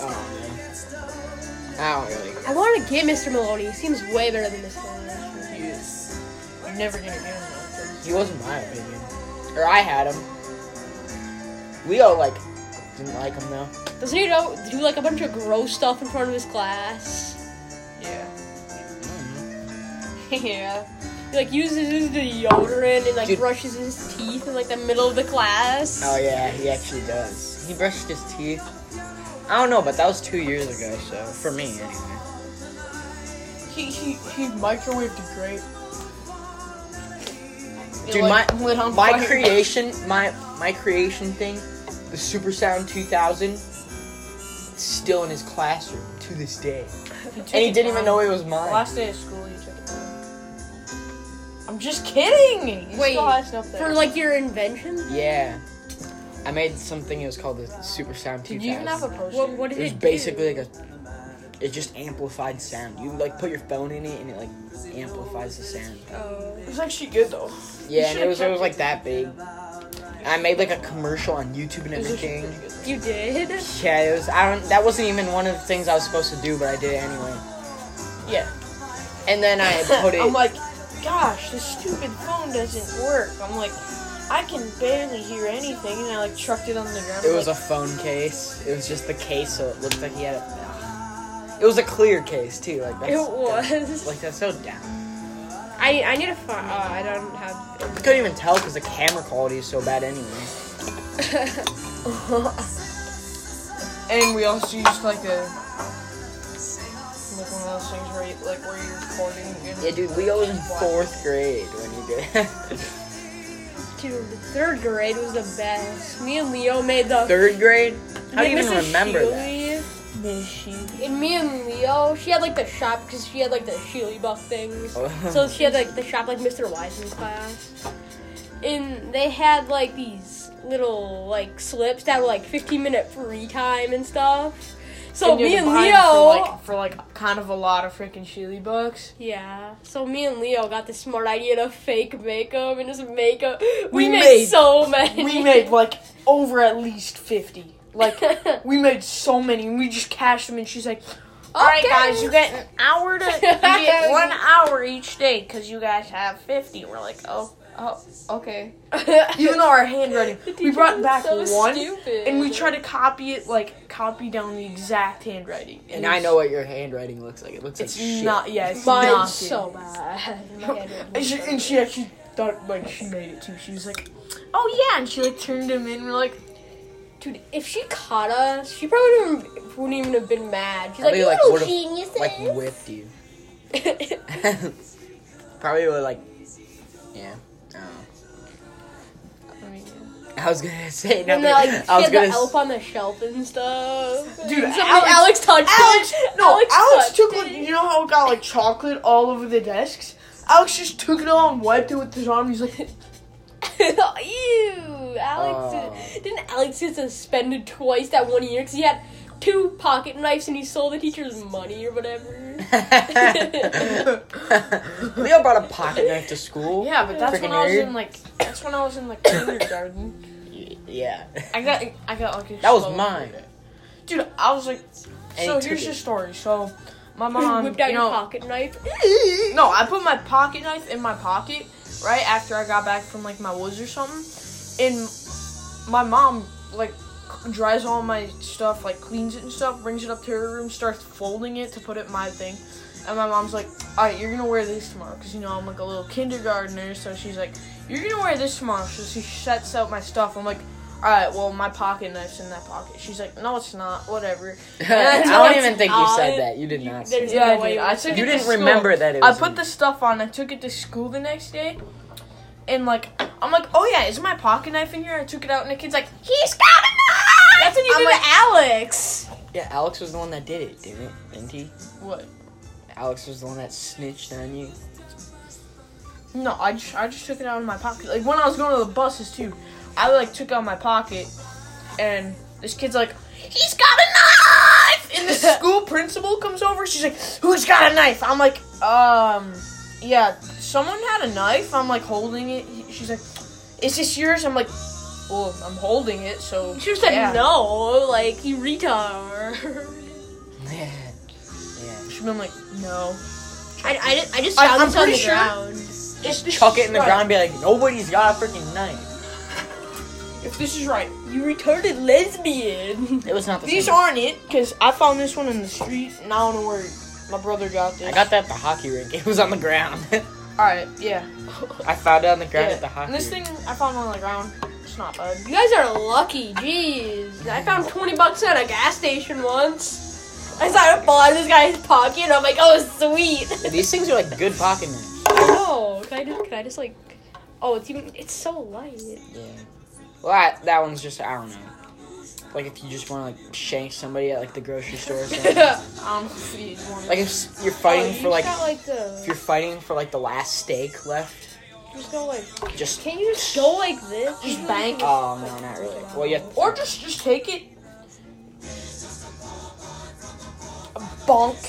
Speaker 1: Oh, no. I don't really.
Speaker 3: I want to get Mr. Maloney. He seems way better than Mr. Larson.
Speaker 2: he is. You're never gonna get him. though.
Speaker 1: He wasn't my opinion. Or I had him. We all like didn't like him though.
Speaker 3: Doesn't he know, do like a bunch of gross stuff in front of his class?
Speaker 2: Yeah.
Speaker 3: yeah. He like uses his deodorant and like
Speaker 1: Dude.
Speaker 3: brushes his teeth in like the middle of the class.
Speaker 1: Oh yeah, he actually does. He brushed his teeth. I don't know, but that was two years ago, so for me anyway.
Speaker 2: He he he microwaved a grape. It,
Speaker 1: Dude,
Speaker 2: like,
Speaker 1: my-
Speaker 2: lit on
Speaker 1: My
Speaker 2: fire.
Speaker 1: creation, my my creation thing, the Super Sound 2000, it's still in his classroom to this day,
Speaker 2: took
Speaker 1: and he
Speaker 2: it
Speaker 1: didn't even
Speaker 2: down.
Speaker 1: know it was mine.
Speaker 2: Last day of school, you took it. down. I'm just kidding. You
Speaker 3: Wait,
Speaker 2: still has stuff there.
Speaker 3: For like your invention?
Speaker 1: Yeah. I made something. It was called the Super Sound 2000.
Speaker 2: Did you even have a poster?
Speaker 3: What, what did
Speaker 1: it was
Speaker 3: do?
Speaker 1: basically like a. It just amplified sound. You like put your phone in it and it like amplifies the sound.
Speaker 3: Oh.
Speaker 2: It's actually good though.
Speaker 1: Yeah,
Speaker 2: You
Speaker 1: and it
Speaker 2: should've
Speaker 1: was it was
Speaker 2: kept
Speaker 1: like that big. I made like a commercial on YouTube and
Speaker 2: It was actually
Speaker 1: everything.
Speaker 2: pretty good.
Speaker 3: You did?
Speaker 1: Yeah, it was. I don't. That wasn't even one of the things I was supposed to do, but I did it anyway.
Speaker 2: Yeah.
Speaker 1: And then I put it.
Speaker 2: I'm like, gosh, this stupid phone doesn't work. I'm like, I can barely hear anything, and I like chucked it on the ground.
Speaker 1: It was a
Speaker 2: like,
Speaker 1: phone case. It was just the case, so it looked like he had a. It was a clear case too. Like that's,
Speaker 3: It was.
Speaker 1: like that's so down.
Speaker 3: I, I need a phone. Oh, I don't have.
Speaker 1: I couldn't even tell because the camera quality is so bad anyway.
Speaker 2: and we also used like a like one of those things where you, like where you're recording. And
Speaker 1: Yeah, dude, Leo was in fourth grade when he did. it.
Speaker 3: Dude, the third grade was the best. Me and Leo made the.
Speaker 1: Third grade? How do you even
Speaker 3: Mrs.
Speaker 1: remember that?
Speaker 3: Shealy.
Speaker 2: Machine.
Speaker 3: And me and Leo, she had like the shop because she had like the Sheely Buff things.
Speaker 1: Oh.
Speaker 3: so she had like the shop like Mr. Wiseman's class. And they had like these little like slips that were like 15 minute free time and stuff. So
Speaker 2: you
Speaker 3: me
Speaker 2: had
Speaker 3: and
Speaker 2: to
Speaker 3: Leo.
Speaker 2: buy it for like, for like kind of a lot of freaking Sheely bucks.
Speaker 3: Yeah. So me and Leo got the smart idea to fake make 'em and just make 'em.
Speaker 2: We
Speaker 3: We, made,
Speaker 2: made-
Speaker 3: so many.
Speaker 2: We made like over at least fifty. Like we made so many, and we just cashed them. And she's like, "All right,
Speaker 3: Okay.
Speaker 2: guys, you get an hour to you get one hour each day because you guys have 50. We're like, "Oh, oh, okay." Even though our handwriting,
Speaker 3: The
Speaker 2: we
Speaker 3: teacher
Speaker 2: brought
Speaker 3: was
Speaker 2: back
Speaker 3: so
Speaker 2: one,
Speaker 3: stupid.
Speaker 2: and we tried to copy it, like copy down the exact handwriting.
Speaker 1: And I
Speaker 2: it's-
Speaker 1: know what your handwriting looks like. It looks
Speaker 2: it's
Speaker 1: like shit.
Speaker 2: not. Yeah, it's not.
Speaker 3: Mine's
Speaker 2: good.
Speaker 3: so bad. My head
Speaker 2: And she, and she actually thought like she made it too. She was like, "Oh yeah," and she like turned him in. We're like,
Speaker 3: Dude, if she caught us, she probably wouldn't even, wouldn't even have been mad. She's like,
Speaker 1: Probably,
Speaker 3: you
Speaker 1: like,
Speaker 3: little
Speaker 1: would've,
Speaker 3: geniuses.
Speaker 1: Like whipped you. Probably would like. Yeah. I don't know.
Speaker 2: I mean,
Speaker 1: I was gonna say no.
Speaker 3: and then, like, she
Speaker 1: I was
Speaker 3: had the
Speaker 1: gonna.
Speaker 3: elf on the shelf and stuff.
Speaker 2: Dude,
Speaker 3: Somehow
Speaker 2: Alex-
Speaker 3: Alex, touched
Speaker 2: Alex,
Speaker 3: it.
Speaker 2: no, Alex,
Speaker 3: touched
Speaker 2: took
Speaker 3: it.
Speaker 2: like you know how it got like chocolate all over the desks. Alex just took it all and wiped it with his arm. He's like,
Speaker 3: Ew, Alex.
Speaker 1: Oh.
Speaker 3: Didn't Alex get suspended twice that one year because he had two pocket knives and he stole the teacher's money or whatever?
Speaker 1: Leo brought a pocket knife to school.
Speaker 2: yeah, but that's when
Speaker 1: Freaking
Speaker 2: I was
Speaker 1: nerd.
Speaker 2: in like that's when I was in like kindergarten.
Speaker 1: Yeah.
Speaker 2: I got I got like a
Speaker 1: That was
Speaker 2: slow-
Speaker 1: mine.
Speaker 2: dude. I was like,
Speaker 1: he
Speaker 2: so
Speaker 1: took
Speaker 2: here's
Speaker 1: it.
Speaker 2: the story. So my
Speaker 3: He
Speaker 2: mom,
Speaker 3: whipped out
Speaker 2: you
Speaker 3: your
Speaker 2: know,
Speaker 3: pocket knife.
Speaker 2: No, I put my pocket knife in my pocket right after I got back from like my woods or something, and my mom like dries all my stuff, like cleans it and stuff, brings it up to her room, starts folding it to put it in my thing, and my mom's like, "All right, you're gonna wear this tomorrow," because you know I'm like a little kindergartner, so she's like, "You're gonna wear this tomorrow," so she sets out my stuff. I'm like. Alright, well, my pocket knife's in that pocket. She's like, no, it's not, whatever.
Speaker 1: I
Speaker 2: And
Speaker 1: don't
Speaker 2: it's-
Speaker 1: even think you
Speaker 3: odd.
Speaker 1: said that. You did not. Say
Speaker 3: there's-
Speaker 1: that.
Speaker 2: yeah, I
Speaker 3: No way
Speaker 2: did. I
Speaker 3: you would
Speaker 2: took
Speaker 1: You
Speaker 2: it to
Speaker 1: didn't
Speaker 2: school.
Speaker 1: remember that it
Speaker 2: I
Speaker 1: was.
Speaker 2: put
Speaker 1: in-
Speaker 2: the stuff on. I took it to school the next day, and like I'm like, oh yeah, is my pocket knife in here? I took it out, and the kid's like, he's got a knife.
Speaker 3: That's what you
Speaker 2: I'm
Speaker 3: did
Speaker 2: like,
Speaker 3: to Alex.
Speaker 1: Yeah, Alex was the one that did it, didn't it? Didn't he?
Speaker 2: what?
Speaker 1: Alex was the one that snitched on you.
Speaker 2: No, I just I just took it out of my pocket. Like when I was going to the buses too, I like took out my pocket, and this kid's like, he's got a knife. And the school principal comes over. She's like, who's got a knife? I'm like, um, yeah, someone had a knife. I'm like holding it. She's like, is this yours? I'm like, well, I'm holding it. So
Speaker 3: You should have said
Speaker 2: yeah."
Speaker 3: no, like, you retard.
Speaker 1: Yeah. Yeah.
Speaker 2: She's been like, no.
Speaker 3: I, I, didn't- I just
Speaker 2: I-
Speaker 3: found
Speaker 2: I'm
Speaker 3: this on the
Speaker 2: pretty sure-
Speaker 3: ground.
Speaker 2: Just
Speaker 1: Chuck it in the ground and be like, nobody's got a freaking knife.
Speaker 2: If this is right,
Speaker 3: You retarded lesbian.
Speaker 1: It was not the
Speaker 2: these
Speaker 1: same.
Speaker 2: aren't it. Cause I found this one in the street, and I don't know where my brother got this.
Speaker 1: I got that at the hockey rink. It was on the ground.
Speaker 2: All right, yeah.
Speaker 1: I found it on the ground
Speaker 2: Yeah.
Speaker 1: at the hockey
Speaker 2: And this
Speaker 1: rink.
Speaker 2: thing I found on the ground. It's not bad.
Speaker 3: You guys are lucky, jeez. I found 20 bucks at a gas station once. I started buying this guy's pocket, and I'm like, oh, sweet.
Speaker 1: Yeah, these things are like good pocket knives.
Speaker 3: Oh, can I just, can I just like, oh, it's even, it's so light.
Speaker 1: Yeah. Well, that, that one's just, I don't know. Like if you just want to like shank somebody at like the grocery store or something.
Speaker 2: I don't know if you want it.
Speaker 1: like if s- you're
Speaker 3: Oh,
Speaker 1: fighting
Speaker 3: you
Speaker 1: for like,
Speaker 3: got,
Speaker 1: if you're fighting for like the last steak left,
Speaker 3: Just go like.
Speaker 1: Just
Speaker 3: Can't you just go like this?
Speaker 2: Just bank.
Speaker 1: oh no, not really. Well, you have
Speaker 2: Or just just take it. Bonk.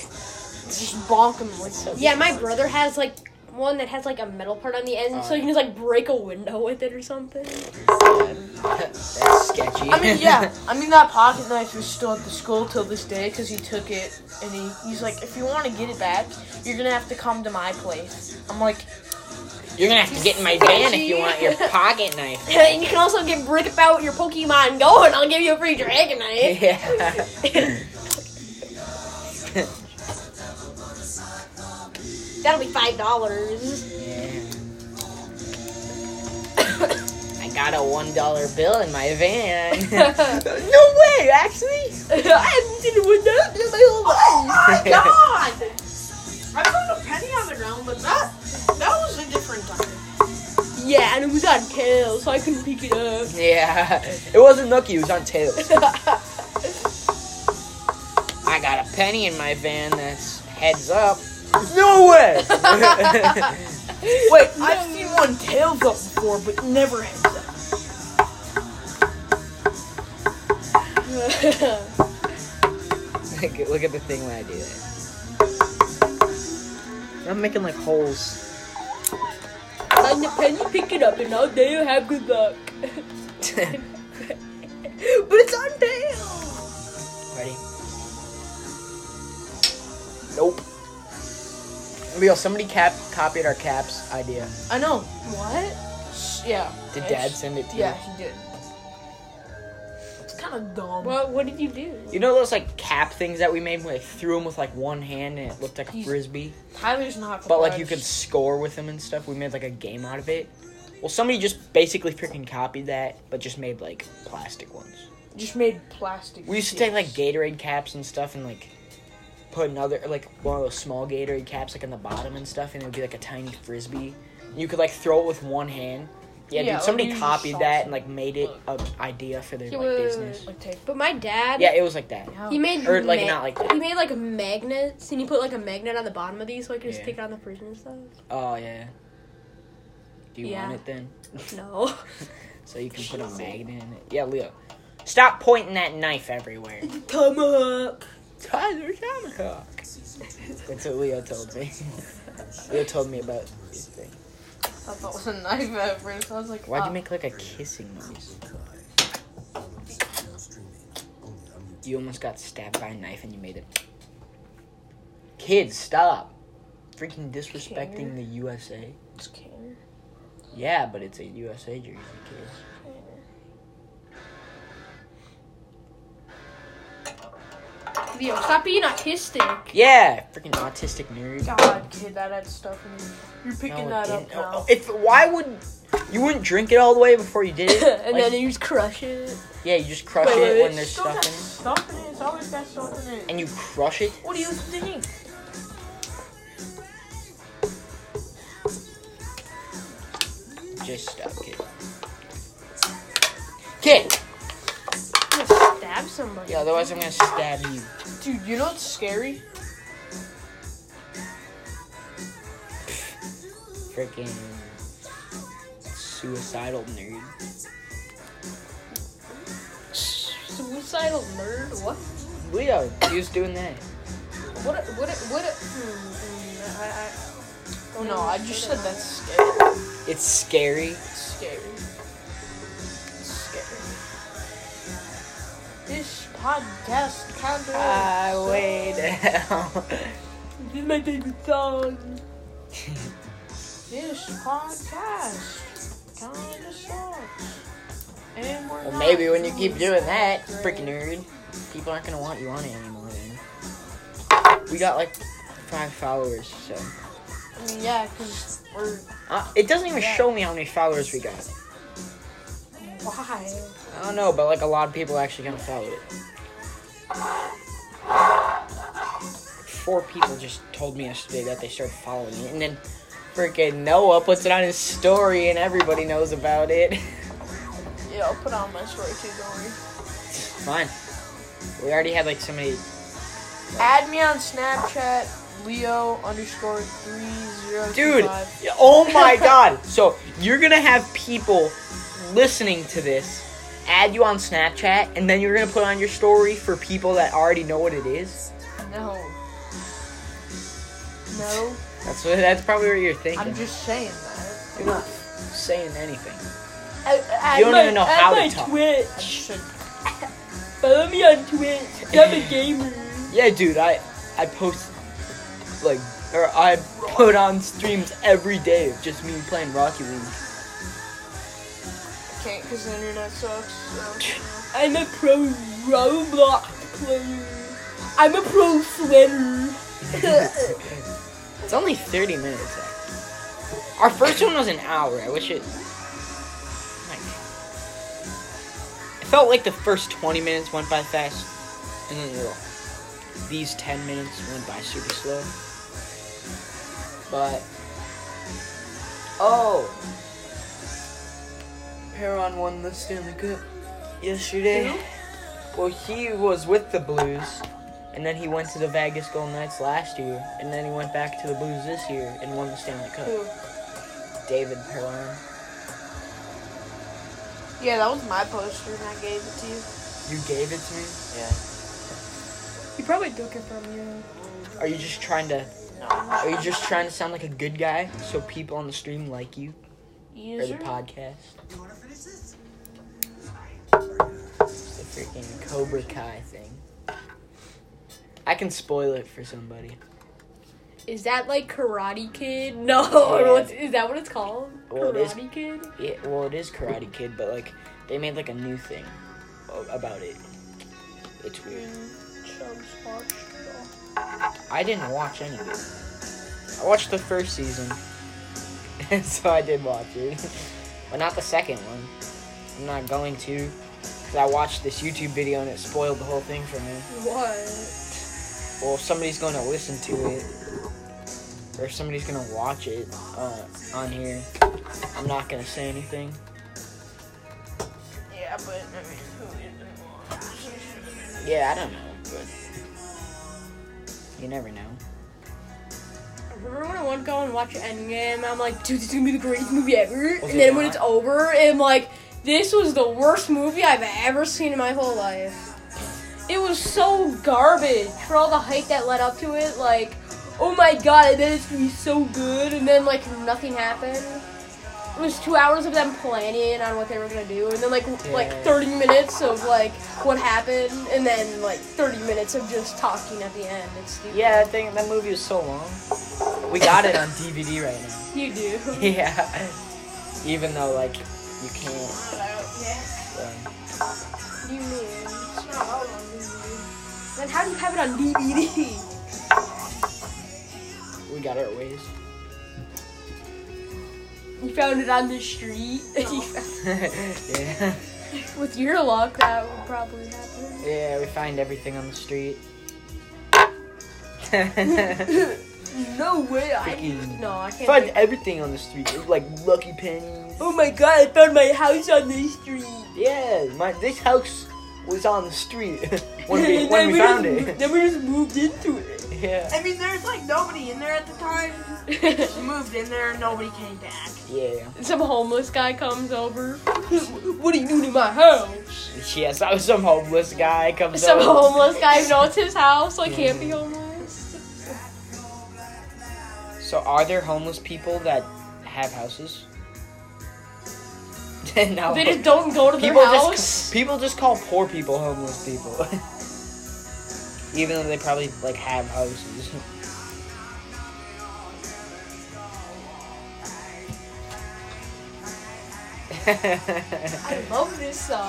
Speaker 2: Just bonk him like so.
Speaker 3: Yeah, my brother has like one that has like a metal part on the end,
Speaker 1: Oh.
Speaker 3: so you can just like break a window with it or something.
Speaker 1: that's sketchy.
Speaker 2: I mean, yeah. I mean, that pocket knife is still at the school till this day because he took it and he, he's like, if you want to get it back, you're gonna have to come to my place. I'm like,
Speaker 1: You're gonna have to get in my van if you want your pocket knife.
Speaker 3: and you can also get brick about your Pokemon Go, and I'll give you a free Dragonite.
Speaker 1: Yeah.
Speaker 3: That'll be five dollars.
Speaker 1: I got a one dollar bill in my van. no way, actually. I haven't seen a one dollar bill in my whole life.
Speaker 2: God! I put a penny on the ground, but that that was a different time.
Speaker 3: Yeah, and it was on tail, so I couldn't pick it up.
Speaker 1: Yeah, it wasn't lucky. It was on tails. I got a penny in my van that's heads up. No way.
Speaker 2: Wait, I've seen one tails up before, but never heads up.
Speaker 1: Look at- Look at the thing when I do that. I'm making like holes.
Speaker 3: Find the penny, pick it up, and all day you have good luck.
Speaker 1: Ready?
Speaker 3: but it's on tail.
Speaker 1: Nope. Yo, somebody cap copied our caps idea.
Speaker 2: I know.
Speaker 3: What?
Speaker 2: Yeah.
Speaker 1: Did
Speaker 2: It's-
Speaker 1: Dad send it to you?
Speaker 2: Yeah, he did. It's kind of dumb.
Speaker 3: What? What did you do?
Speaker 1: You know those like cap things that we made? We like threw them with like one hand and it looked like a
Speaker 2: He's-
Speaker 1: frisbee.
Speaker 2: Tyler's not.
Speaker 1: But like you could
Speaker 2: prepared.
Speaker 1: score with them and stuff. We made like a game out of it. Well, somebody just basically freaking copied that, but just made like plastic ones.
Speaker 2: just made plastic.
Speaker 1: We used to
Speaker 2: shit.
Speaker 1: take like Gatorade caps and stuff and like put another like one of those small Gatorade caps like on the bottom and stuff, and it would be like a tiny frisbee. You could like throw it with one hand. Yeah,
Speaker 2: Yeah,
Speaker 1: dude.
Speaker 2: like,
Speaker 1: Somebody
Speaker 2: you just
Speaker 1: copied
Speaker 2: saw
Speaker 1: that
Speaker 2: some-
Speaker 1: and like made it a idea for their
Speaker 3: Yeah,
Speaker 1: like
Speaker 3: wait, wait,
Speaker 1: business.
Speaker 2: like take.
Speaker 3: But my dad.
Speaker 1: Yeah, it was like that.
Speaker 3: He made
Speaker 1: Or, like, not like that.
Speaker 3: He made like magnets, and he put like a magnet on the bottom of these, so I could just
Speaker 1: Yeah.
Speaker 3: take it on the fridge and stuff.
Speaker 1: Oh yeah. Do you
Speaker 3: Yeah.
Speaker 1: want it then?
Speaker 3: No,
Speaker 1: So you can put a magnet in it. Yeah, Leo. Stop pointing that knife everywhere.
Speaker 3: tomahawk.
Speaker 1: Tyler Tomahawk. That's what Leo told me. Leo told me about this thing.
Speaker 2: I thought it was a knife at first. I was like,
Speaker 1: Why'd
Speaker 2: uh,
Speaker 1: you make like a kissing noise? You almost got stabbed by a knife and you made it. Kids, stop. Freaking disrespecting the USA.
Speaker 2: It's Kane.
Speaker 1: Yeah, but it's a USA jersey, kids.
Speaker 3: Leo, stop being autistic.
Speaker 1: Yeah, freaking autistic nerd.
Speaker 2: God, kid, that had stuff in you. You're picking
Speaker 1: No, it
Speaker 2: that up
Speaker 1: didn't.
Speaker 2: now.
Speaker 1: Oh, oh, If why would you wouldn't drink it all the way before you did it?
Speaker 3: and
Speaker 1: Like,
Speaker 3: then you just crush it.
Speaker 1: yeah, you just crush
Speaker 2: Wait,
Speaker 1: it
Speaker 2: wait, wait,
Speaker 1: when there's
Speaker 2: still got
Speaker 1: stuff in, it,
Speaker 2: stuff in it. It's always got stuff in it.
Speaker 1: and you crush it.
Speaker 2: What do you think?
Speaker 1: Just stop, kid. Kid.
Speaker 3: I'm gonna stab somebody.
Speaker 1: Yeah, otherwise I'm gonna stab you.
Speaker 2: Dude, you know what's scary?
Speaker 1: Freaking suicidal nerd.
Speaker 2: Suicidal nerd? What?
Speaker 1: Leo, he was doing that.
Speaker 2: What? A, what? A, what? Hmm, A, no, I just said that's scary.
Speaker 1: It's scary.
Speaker 2: It's scary. It's scary. This podcast kind of.
Speaker 1: Highway down.
Speaker 3: This is my favorite song.
Speaker 2: This podcast kind of sucks. And we're
Speaker 1: well,
Speaker 2: not
Speaker 1: maybe when you
Speaker 2: doing
Speaker 1: keep doing that,
Speaker 2: so
Speaker 1: freaking
Speaker 2: great.
Speaker 1: nerd, people aren't gonna want you on it anymore. Then we got like five followers, so.
Speaker 2: I mean, yeah, because we're.
Speaker 1: Uh, it doesn't even show me how many followers we got.
Speaker 2: Why?
Speaker 1: I don't know, but like a lot of people actually gonna follow it. Four people just told me yesterday that they started following it, and then freaking Noah puts it on his story, and everybody knows about it.
Speaker 2: Yeah, I'll put on my story too, don't worry.
Speaker 1: Fine. We already had like so many
Speaker 2: Add me on Snapchat, Leo underscore three zero two
Speaker 1: Dude,
Speaker 2: five.
Speaker 1: oh my god. So you're gonna have people listening to this add you on Snapchat and then you're gonna put on your story for people that already know what it is.
Speaker 2: No. No,
Speaker 1: That's what that's probably what you're thinking.
Speaker 2: I'm just saying that.
Speaker 1: you're not saying anything.
Speaker 3: I,
Speaker 1: You don't even know how to talk.
Speaker 2: I
Speaker 3: Twitch.
Speaker 2: should.
Speaker 3: Follow me on Twitch. I'm a gamer.
Speaker 1: Yeah, dude, I I post like or I put on streams every day of just me playing Rocky League.
Speaker 2: Can't because the internet sucks. So.
Speaker 3: I'm a pro Roblox player. I'm a pro sweater.
Speaker 1: It's only 30 minutes. actually. Our first one was an hour. I wish it. Like, it felt like the first 20 minutes went by fast, and then the- these 10 minutes went by super slow. But. Oh! Heron won the Stanley Cup yesterday. Well, he was with the Blues. And then he went to the Vegas Golden Knights last year, and then he went back to the Blues this year and won the Stanley Cup. David Perron.
Speaker 2: Yeah, that was my poster and I gave it to you.
Speaker 1: You gave it to me? Yeah.
Speaker 3: You probably took it from you.
Speaker 1: Are you just trying to
Speaker 2: No.
Speaker 1: are you just trying to sound like a good guy so people on the stream like you or the
Speaker 2: User.
Speaker 1: podcast? The freaking Cobra Kai thing. I can spoil it for somebody.
Speaker 3: Is that like Karate Kid? No.
Speaker 1: Yeah.
Speaker 3: what's- Is that what it's called?
Speaker 1: Well, it is.
Speaker 3: Karate Kid?
Speaker 1: It, well, it is Karate Kid, but like they made like a new thing a- about it. It's weird. I didn't watch any of it. I watched the first season, and so I did watch it, but not the second one. I'm not going to, because I watched this YouTube video and it spoiled the whole thing for me.
Speaker 3: What?
Speaker 1: Well, if somebody's going to listen to it, or if somebody's going to watch it uh, on here, I'm not going to say anything.
Speaker 2: Yeah, but I mean, who isn't one?
Speaker 1: Yeah, I don't know, but you never know.
Speaker 3: I remember when I went to go and watch Endgame, I'm like, dude, this is gonna be the greatest movie ever.
Speaker 1: Was it
Speaker 3: and then when
Speaker 1: not?
Speaker 3: it's over, I'm like, this was the worst movie I've ever seen in my whole life. It was so garbage for all the hype that led up to it. Like, oh my god, I bet it's gonna be so good. And then, like, nothing happened. It was two hours of them planning on what they were gonna do, and then like w- like
Speaker 1: Yeah.
Speaker 3: 30 minutes of like what happened, and then like 30 minutes of just talking at the end. It's stupid.
Speaker 1: Yeah, I think that movie was so long. We got it on DVD right now.
Speaker 3: you do.
Speaker 1: Yeah. Even though like you can't. Um,
Speaker 3: do you mean? It's not all on DVD. Then how do you have it on DVD?
Speaker 1: we got our ways.
Speaker 3: You found it on the street.
Speaker 1: yeah.
Speaker 3: With your luck, that would probably happen.
Speaker 1: Yeah, we find everything on the street.
Speaker 3: No way! I
Speaker 1: Freaking-
Speaker 3: no, I can't.
Speaker 1: find
Speaker 3: think-
Speaker 1: everything on the street. Like lucky pennies.
Speaker 3: Oh my god! I found my house on the street.
Speaker 1: Yeah, my this house was on the street when we
Speaker 3: And
Speaker 1: when we
Speaker 3: just
Speaker 1: found
Speaker 3: mo-
Speaker 1: it.
Speaker 3: Then we just moved into it.
Speaker 1: Yeah.
Speaker 2: I mean, there's like nobody in there at the time. She moved in there, nobody came back.
Speaker 1: Yeah.
Speaker 3: Some homeless guy comes over. What are you doing in my house?
Speaker 1: Yes, I was some homeless guy comes
Speaker 3: Some
Speaker 1: over.
Speaker 3: homeless guy. No, it's his house. I can't be homeless.
Speaker 1: So are there homeless people that have houses? no.
Speaker 3: They just don't go to their
Speaker 1: Oh. people
Speaker 3: house.
Speaker 1: just people just call poor people homeless people, even though they probably like have houses.
Speaker 3: I love this song.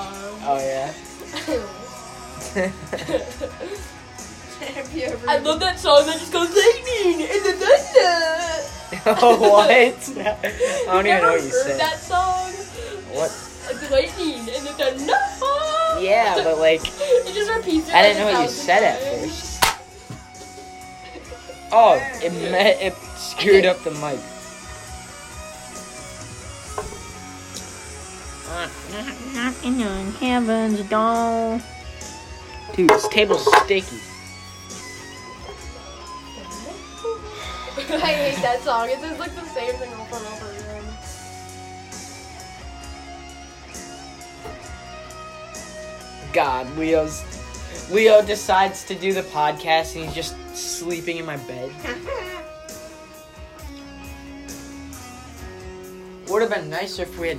Speaker 1: oh yeah.
Speaker 3: I love that song that just goes lightning and then that's it.
Speaker 1: oh what? I don't even know what you
Speaker 3: heard
Speaker 1: said.
Speaker 3: that song?
Speaker 1: What?
Speaker 3: Like the lightning and then the no.
Speaker 1: Yeah, but like,
Speaker 3: it just repeats. It
Speaker 1: I
Speaker 3: like
Speaker 1: didn't know
Speaker 3: a
Speaker 1: what you
Speaker 3: thousand
Speaker 1: said at
Speaker 3: times.
Speaker 1: oh, it me- it screwed up the mic.
Speaker 5: Nothing on heaven's door.
Speaker 1: Dude, this table's sticky.
Speaker 3: I hate that song. It's just like the same thing over and over again.
Speaker 1: God, Leo's Leo decides to do the podcast and he's just sleeping in my bed. Would have been nicer if we had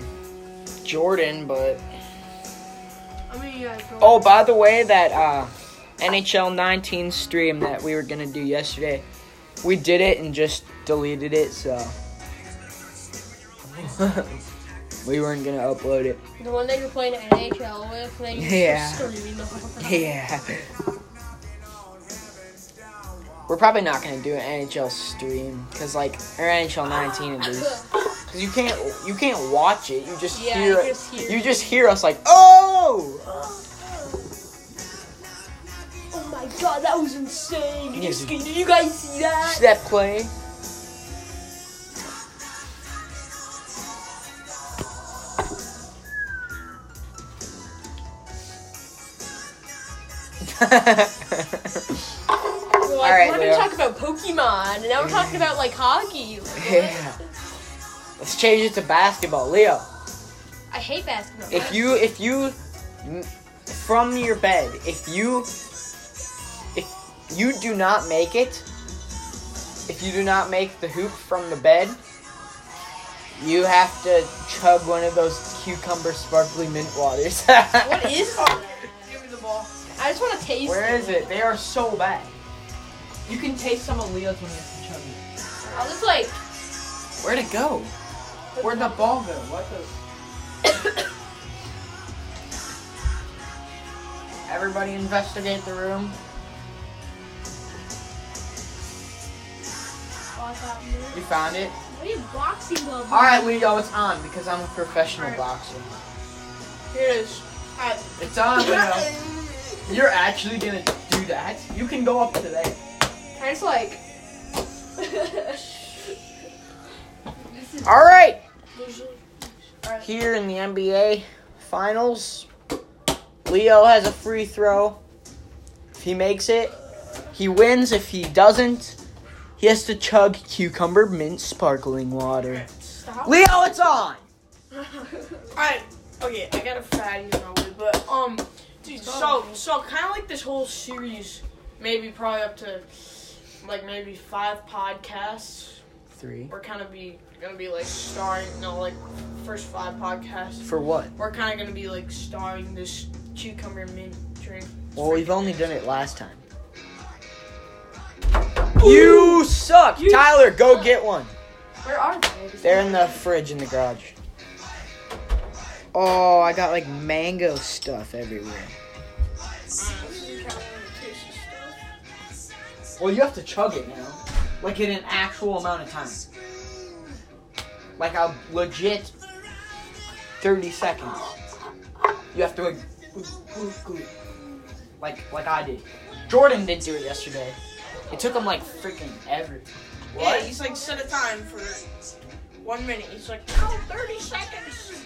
Speaker 1: Jordan, but
Speaker 3: I mean, yeah.
Speaker 1: oh, by the way, that uh, NHL 19 stream that we were gonna do yesterday, we did it and just deleted it, so we weren't gonna upload it.
Speaker 3: The one that you're playing NHL with, and then you're
Speaker 1: Yeah.
Speaker 3: screaming the whole time.
Speaker 1: Yeah. We're probably not gonna do an NHL stream because like or NHL 19 at least because you can't you can't watch it. You just
Speaker 3: Yeah,
Speaker 1: hear
Speaker 3: you
Speaker 1: it.
Speaker 3: just hear
Speaker 1: You just hear us like oh.
Speaker 3: Oh my god, that was insane! Did you,
Speaker 1: Yes.
Speaker 3: see- did you guys see that?
Speaker 1: Step play.
Speaker 3: We're like,
Speaker 1: Alright,
Speaker 3: we're gonna
Speaker 1: Leo.
Speaker 3: talk about Pokemon, and now we're talking about like hockey. Like, what?
Speaker 1: yeah. Let's change it to basketball, Leo.
Speaker 3: I hate basketball.
Speaker 1: If you if you m- from your bed, if you if you do not make it, if you do not make the hoop from the bed, you have to chug one of those cucumber sparkly mint waters.
Speaker 3: what is?
Speaker 2: Give me the ball.
Speaker 3: I just want to taste.
Speaker 1: Where
Speaker 3: it.
Speaker 1: is it? They are so bad. You can taste some of Leo's when you have to chug it.
Speaker 3: I'll just like.
Speaker 1: Where'd it go? Where'd the ball go? What the? Everybody investigate the room. You found it?
Speaker 3: What are you boxing gloves?
Speaker 1: Alright, Leo, it's on because I'm a professional
Speaker 2: Alright.
Speaker 1: boxer.
Speaker 2: Here it is. Alright.
Speaker 1: It's on, Leo. You're actually gonna do that? You can go up to that.
Speaker 3: I just like.
Speaker 1: Alright! Here in the NBA Finals, Leo has a free throw. If he makes it, he wins. If he doesn't, he has to chug cucumber mint sparkling water.
Speaker 2: Stop.
Speaker 1: Leo, it's on!
Speaker 2: Alright. Okay, I got a fatty in my way, but um, dude, so so kind of like this whole series, maybe probably up to like maybe five podcasts.
Speaker 1: Three.
Speaker 2: We're kind of be gonna be like starring, no, like first five podcasts.
Speaker 1: For what?
Speaker 2: We're kind of gonna be like starring this cucumber mint drink.
Speaker 1: Well, we've only done it last time. You suck! Tyler, go get one.
Speaker 3: Where are they?
Speaker 1: They're in the fridge in the garage. Oh, I got like mango stuff everywhere. Well, you have to chug it now. Like in an actual amount of time. Like a legit 30 seconds. You have to like, glug, glug, glug. like like I did. Jordan did do it yesterday. It took him like freaking ever.
Speaker 2: Yeah, he's like set a time for one minute. He's like, no, 30 seconds.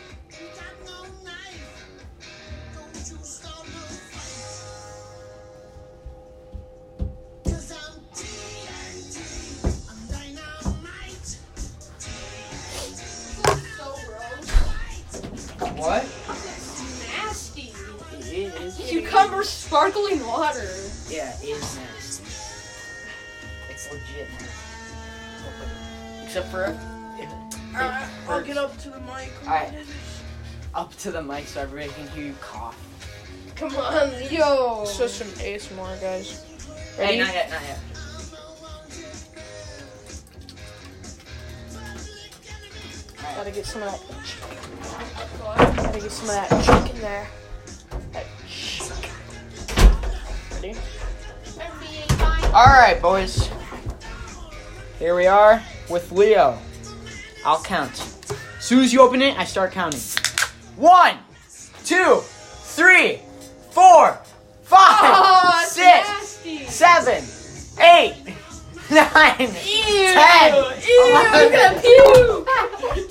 Speaker 1: What?
Speaker 3: Nasty.
Speaker 1: It is.
Speaker 3: Cucumber sparkling water.
Speaker 1: Yeah, it is nasty. It's legit nasty. Except for
Speaker 2: Alright, Uh, I'll get up to the mic.
Speaker 1: Alright. up to the mic so everybody can hear you cough.
Speaker 3: Come on, Leo.
Speaker 2: This is some ASMR, guys.
Speaker 1: Hey,
Speaker 2: Ready?
Speaker 1: not yet, not yet.
Speaker 2: Gotta get some of that. Gotta get some of that chicken there. That chick. Ready?
Speaker 1: Alright, boys. Here we are with Leo. I'll count. As soon as you open it, I start counting. One, two, three, four,
Speaker 3: Oh,
Speaker 1: five,
Speaker 3: it's
Speaker 1: six,
Speaker 3: nasty.
Speaker 1: seven, eight, nine, ten,
Speaker 3: Look
Speaker 1: eleven,
Speaker 3: at you.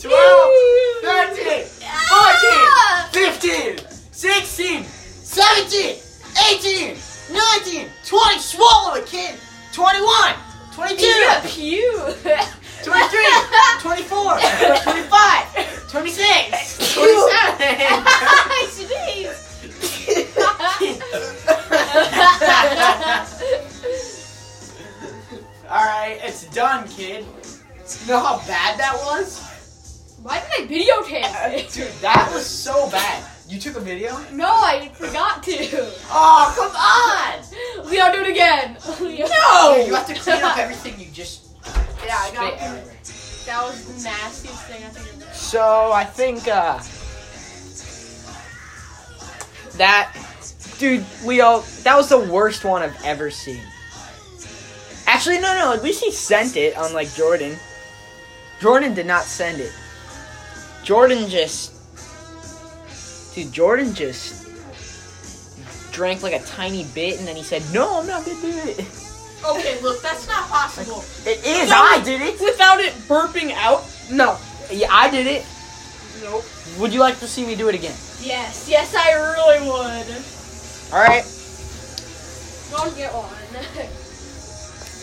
Speaker 1: 12, 13, 14, 15, 16, 17, 18, 19, 20, swallow it, kid. 21,
Speaker 6: 22,
Speaker 2: You got pew.
Speaker 6: 23, 24, 25, 26, 27.
Speaker 3: Jeez.
Speaker 6: Alright, it's done, kid. You know how bad that was?
Speaker 3: Why did I videotape it?
Speaker 6: Dude, that was so bad. You took a video?
Speaker 3: No, I forgot to.
Speaker 6: Oh, come on!
Speaker 3: Leo, do it again. Leo.
Speaker 1: Oh!
Speaker 6: Dude, you have to clean up everything you just
Speaker 2: Yeah, I
Speaker 6: spit
Speaker 2: got
Speaker 6: everywhere.
Speaker 3: That was the nastiest thing I think I've
Speaker 1: So I think uh, that dude Leo, that was the worst one I've ever seen. Actually, no, no. At least he sent it, unlike Jordan. Jordan did not send it. Jordan just, dude, Jordan just drank like a tiny bit, and then he said, "No, I'm not gonna do it."
Speaker 2: Okay, look, that's not possible.
Speaker 1: It is. I did it.
Speaker 2: Without it burping out? No.
Speaker 1: Yeah, I did it.
Speaker 2: Nope.
Speaker 1: Would you like to see me do it again?
Speaker 3: Yes, yes, I really would.
Speaker 1: All right.
Speaker 3: Don't get one.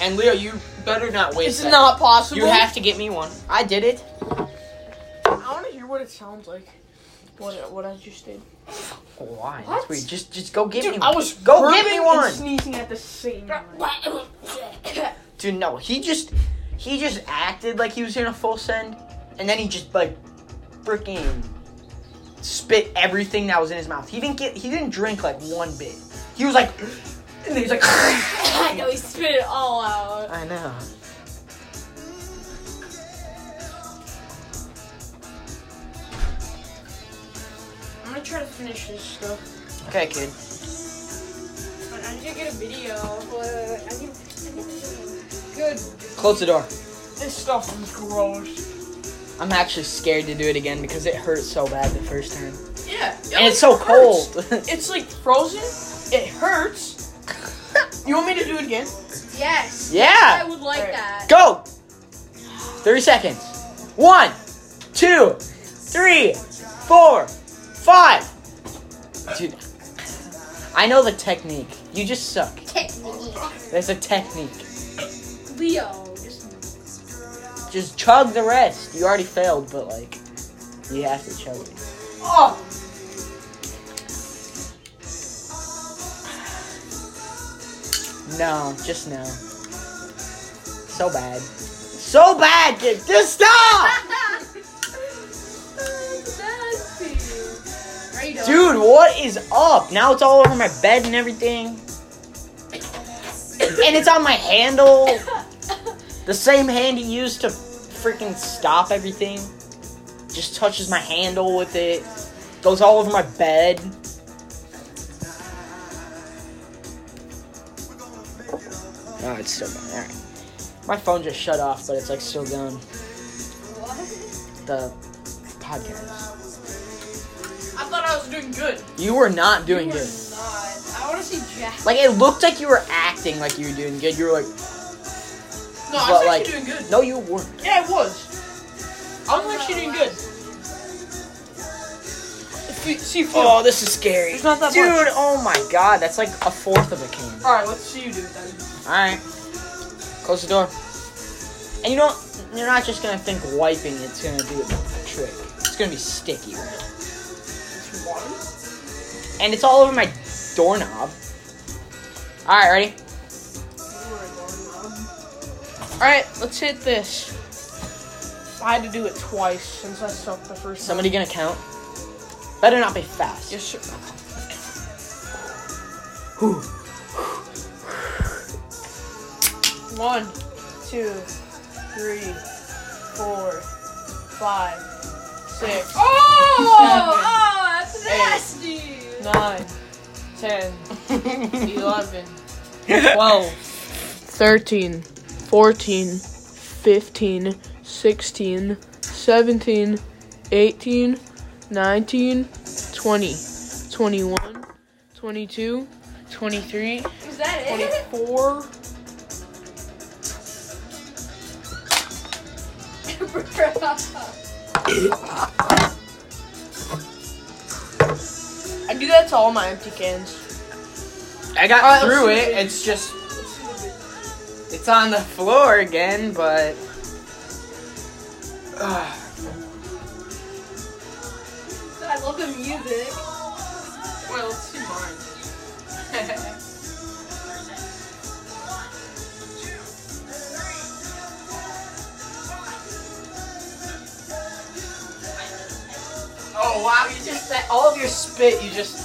Speaker 1: And Leo, you better not waste
Speaker 2: It's
Speaker 1: that.
Speaker 2: not possible.
Speaker 1: You have to get me one. I did it.
Speaker 2: I want to hear what it sounds like. What, what I just did.
Speaker 1: Why?
Speaker 3: What?
Speaker 1: weird. Just, just go get
Speaker 2: Dude,
Speaker 1: me
Speaker 2: I
Speaker 1: one.
Speaker 2: was
Speaker 1: go
Speaker 2: burping
Speaker 1: get me
Speaker 2: and
Speaker 1: one.
Speaker 2: sneezing at the same time.
Speaker 1: Dude, no. He just, he just acted like he was in a full send, and then he just like, freaking, spit everything that was in his mouth. He didn't get. He didn't drink like one bit. He was like, and then he was like.
Speaker 3: I know he spit it all out.
Speaker 1: I know.
Speaker 2: I'm gonna try to finish this stuff.
Speaker 1: Okay, kid.
Speaker 3: I need to get a video. Good.
Speaker 1: Close the door.
Speaker 2: This stuff is gross.
Speaker 1: I'm actually scared to do it again because it hurt so bad the first time.
Speaker 2: Yeah. it,
Speaker 1: And
Speaker 2: like,
Speaker 1: it's so
Speaker 2: hurts.
Speaker 1: cold.
Speaker 2: It's like frozen. It hurts. You want me to do it again?
Speaker 3: Yes.
Speaker 1: yeah.
Speaker 3: I would like
Speaker 2: Alright.
Speaker 3: that.
Speaker 1: Go! 30 seconds. One, two, three, four, five. Dude, I know the technique. You just suck. There's a technique.
Speaker 3: Leo. Just
Speaker 1: Just chug the rest. You already failed, but like, you have to chug it.
Speaker 2: Oh.
Speaker 1: No, just no. So bad. So bad, kid. Just stop!
Speaker 3: nasty. Are you done?
Speaker 1: Dude, what is up? Now it's all over my bed and everything. and it's on my handle. The same hand he used to freaking stop everything. Just touches my handle with it. Goes all over my bed. Oh, it's still going. Alright. My phone just shut off, but it's like still going.
Speaker 3: What?
Speaker 1: The podcast.
Speaker 2: I thought I was doing good.
Speaker 1: You were not doing
Speaker 3: You are
Speaker 1: good.
Speaker 3: not. I want to see Jack.
Speaker 1: Like it looked like you were acting like you were doing good. You were like,
Speaker 2: No, I
Speaker 1: But,
Speaker 2: was actually
Speaker 1: like-
Speaker 2: doing good.
Speaker 1: no, you weren't.
Speaker 2: Yeah, it was. I was actually doing good. See, see
Speaker 1: Oh, this is scary,
Speaker 2: It's not that
Speaker 1: dude.
Speaker 2: much.
Speaker 1: Oh my god, that's like a fourth of a can.
Speaker 2: All right, let's see you do it then.
Speaker 1: All right, close the door. And you don't. You're not just gonna think wiping it's gonna do the trick. It's gonna be sticky,
Speaker 2: It's water.
Speaker 1: and it's all over my doorknob. All right, ready?
Speaker 2: All right, let's hit this. I had to do it twice since I sucked the first.
Speaker 1: Somebody gonna count? Better not be fast.
Speaker 2: time. Yes, sir.
Speaker 1: Whew.
Speaker 2: One, two, three, four, five, six,
Speaker 3: Oh, oh, that's nasty.
Speaker 2: nine, ten, eleven, twelve, thirteen, fourteen, fifteen, sixteen, seventeen, eighteen, nineteen, twenty, twenty-one, twenty-two, twenty-three.
Speaker 3: Was that it?
Speaker 2: 24. I do that to all my empty cans.
Speaker 1: I got
Speaker 2: All right,
Speaker 1: through
Speaker 2: let's
Speaker 1: it.
Speaker 2: see.
Speaker 1: It's just. It It's on the floor again, but. Ugh.
Speaker 3: I love the music.
Speaker 2: Well, let's see mine.
Speaker 1: Oh wow, you just that all of your spit you just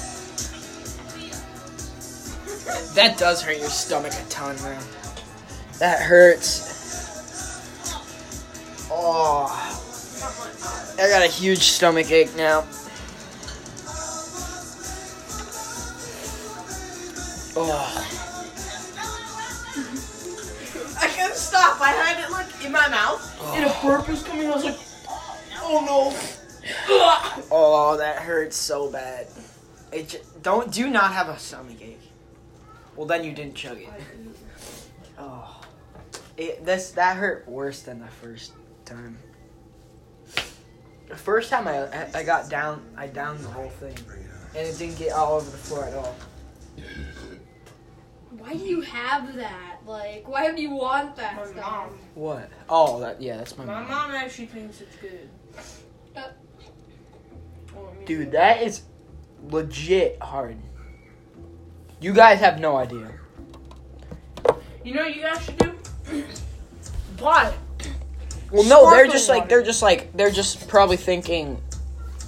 Speaker 1: That does hurt your stomach a ton man. That hurts. Oh I got a huge stomach ache now. Oh
Speaker 2: I couldn't stop. I had it like in my mouth, and a burp was coming. I was like, oh no.
Speaker 1: oh that hurts so bad. It j- don't do not have a stomach ache. Well then you didn't chug it. Oh it this that hurt worse than the first time. The first time I I- I got down, I downed the whole thing, and it didn't get all over the floor at all.
Speaker 3: Why do you have that? Like, why do you want that
Speaker 2: "Oh My
Speaker 3: stuff?
Speaker 2: mom.
Speaker 1: What? Oh, that yeah, that's my,
Speaker 2: My
Speaker 1: mom.
Speaker 2: mom actually thinks it's good.
Speaker 3: Uh,
Speaker 2: Well, I mean-
Speaker 1: Dude, that is legit hard. You guys have no idea.
Speaker 2: You know what you guys should do? Buy it.
Speaker 1: Well, no, they're
Speaker 2: Sparkling
Speaker 1: just
Speaker 2: water.
Speaker 1: like they're just like they're just probably thinking,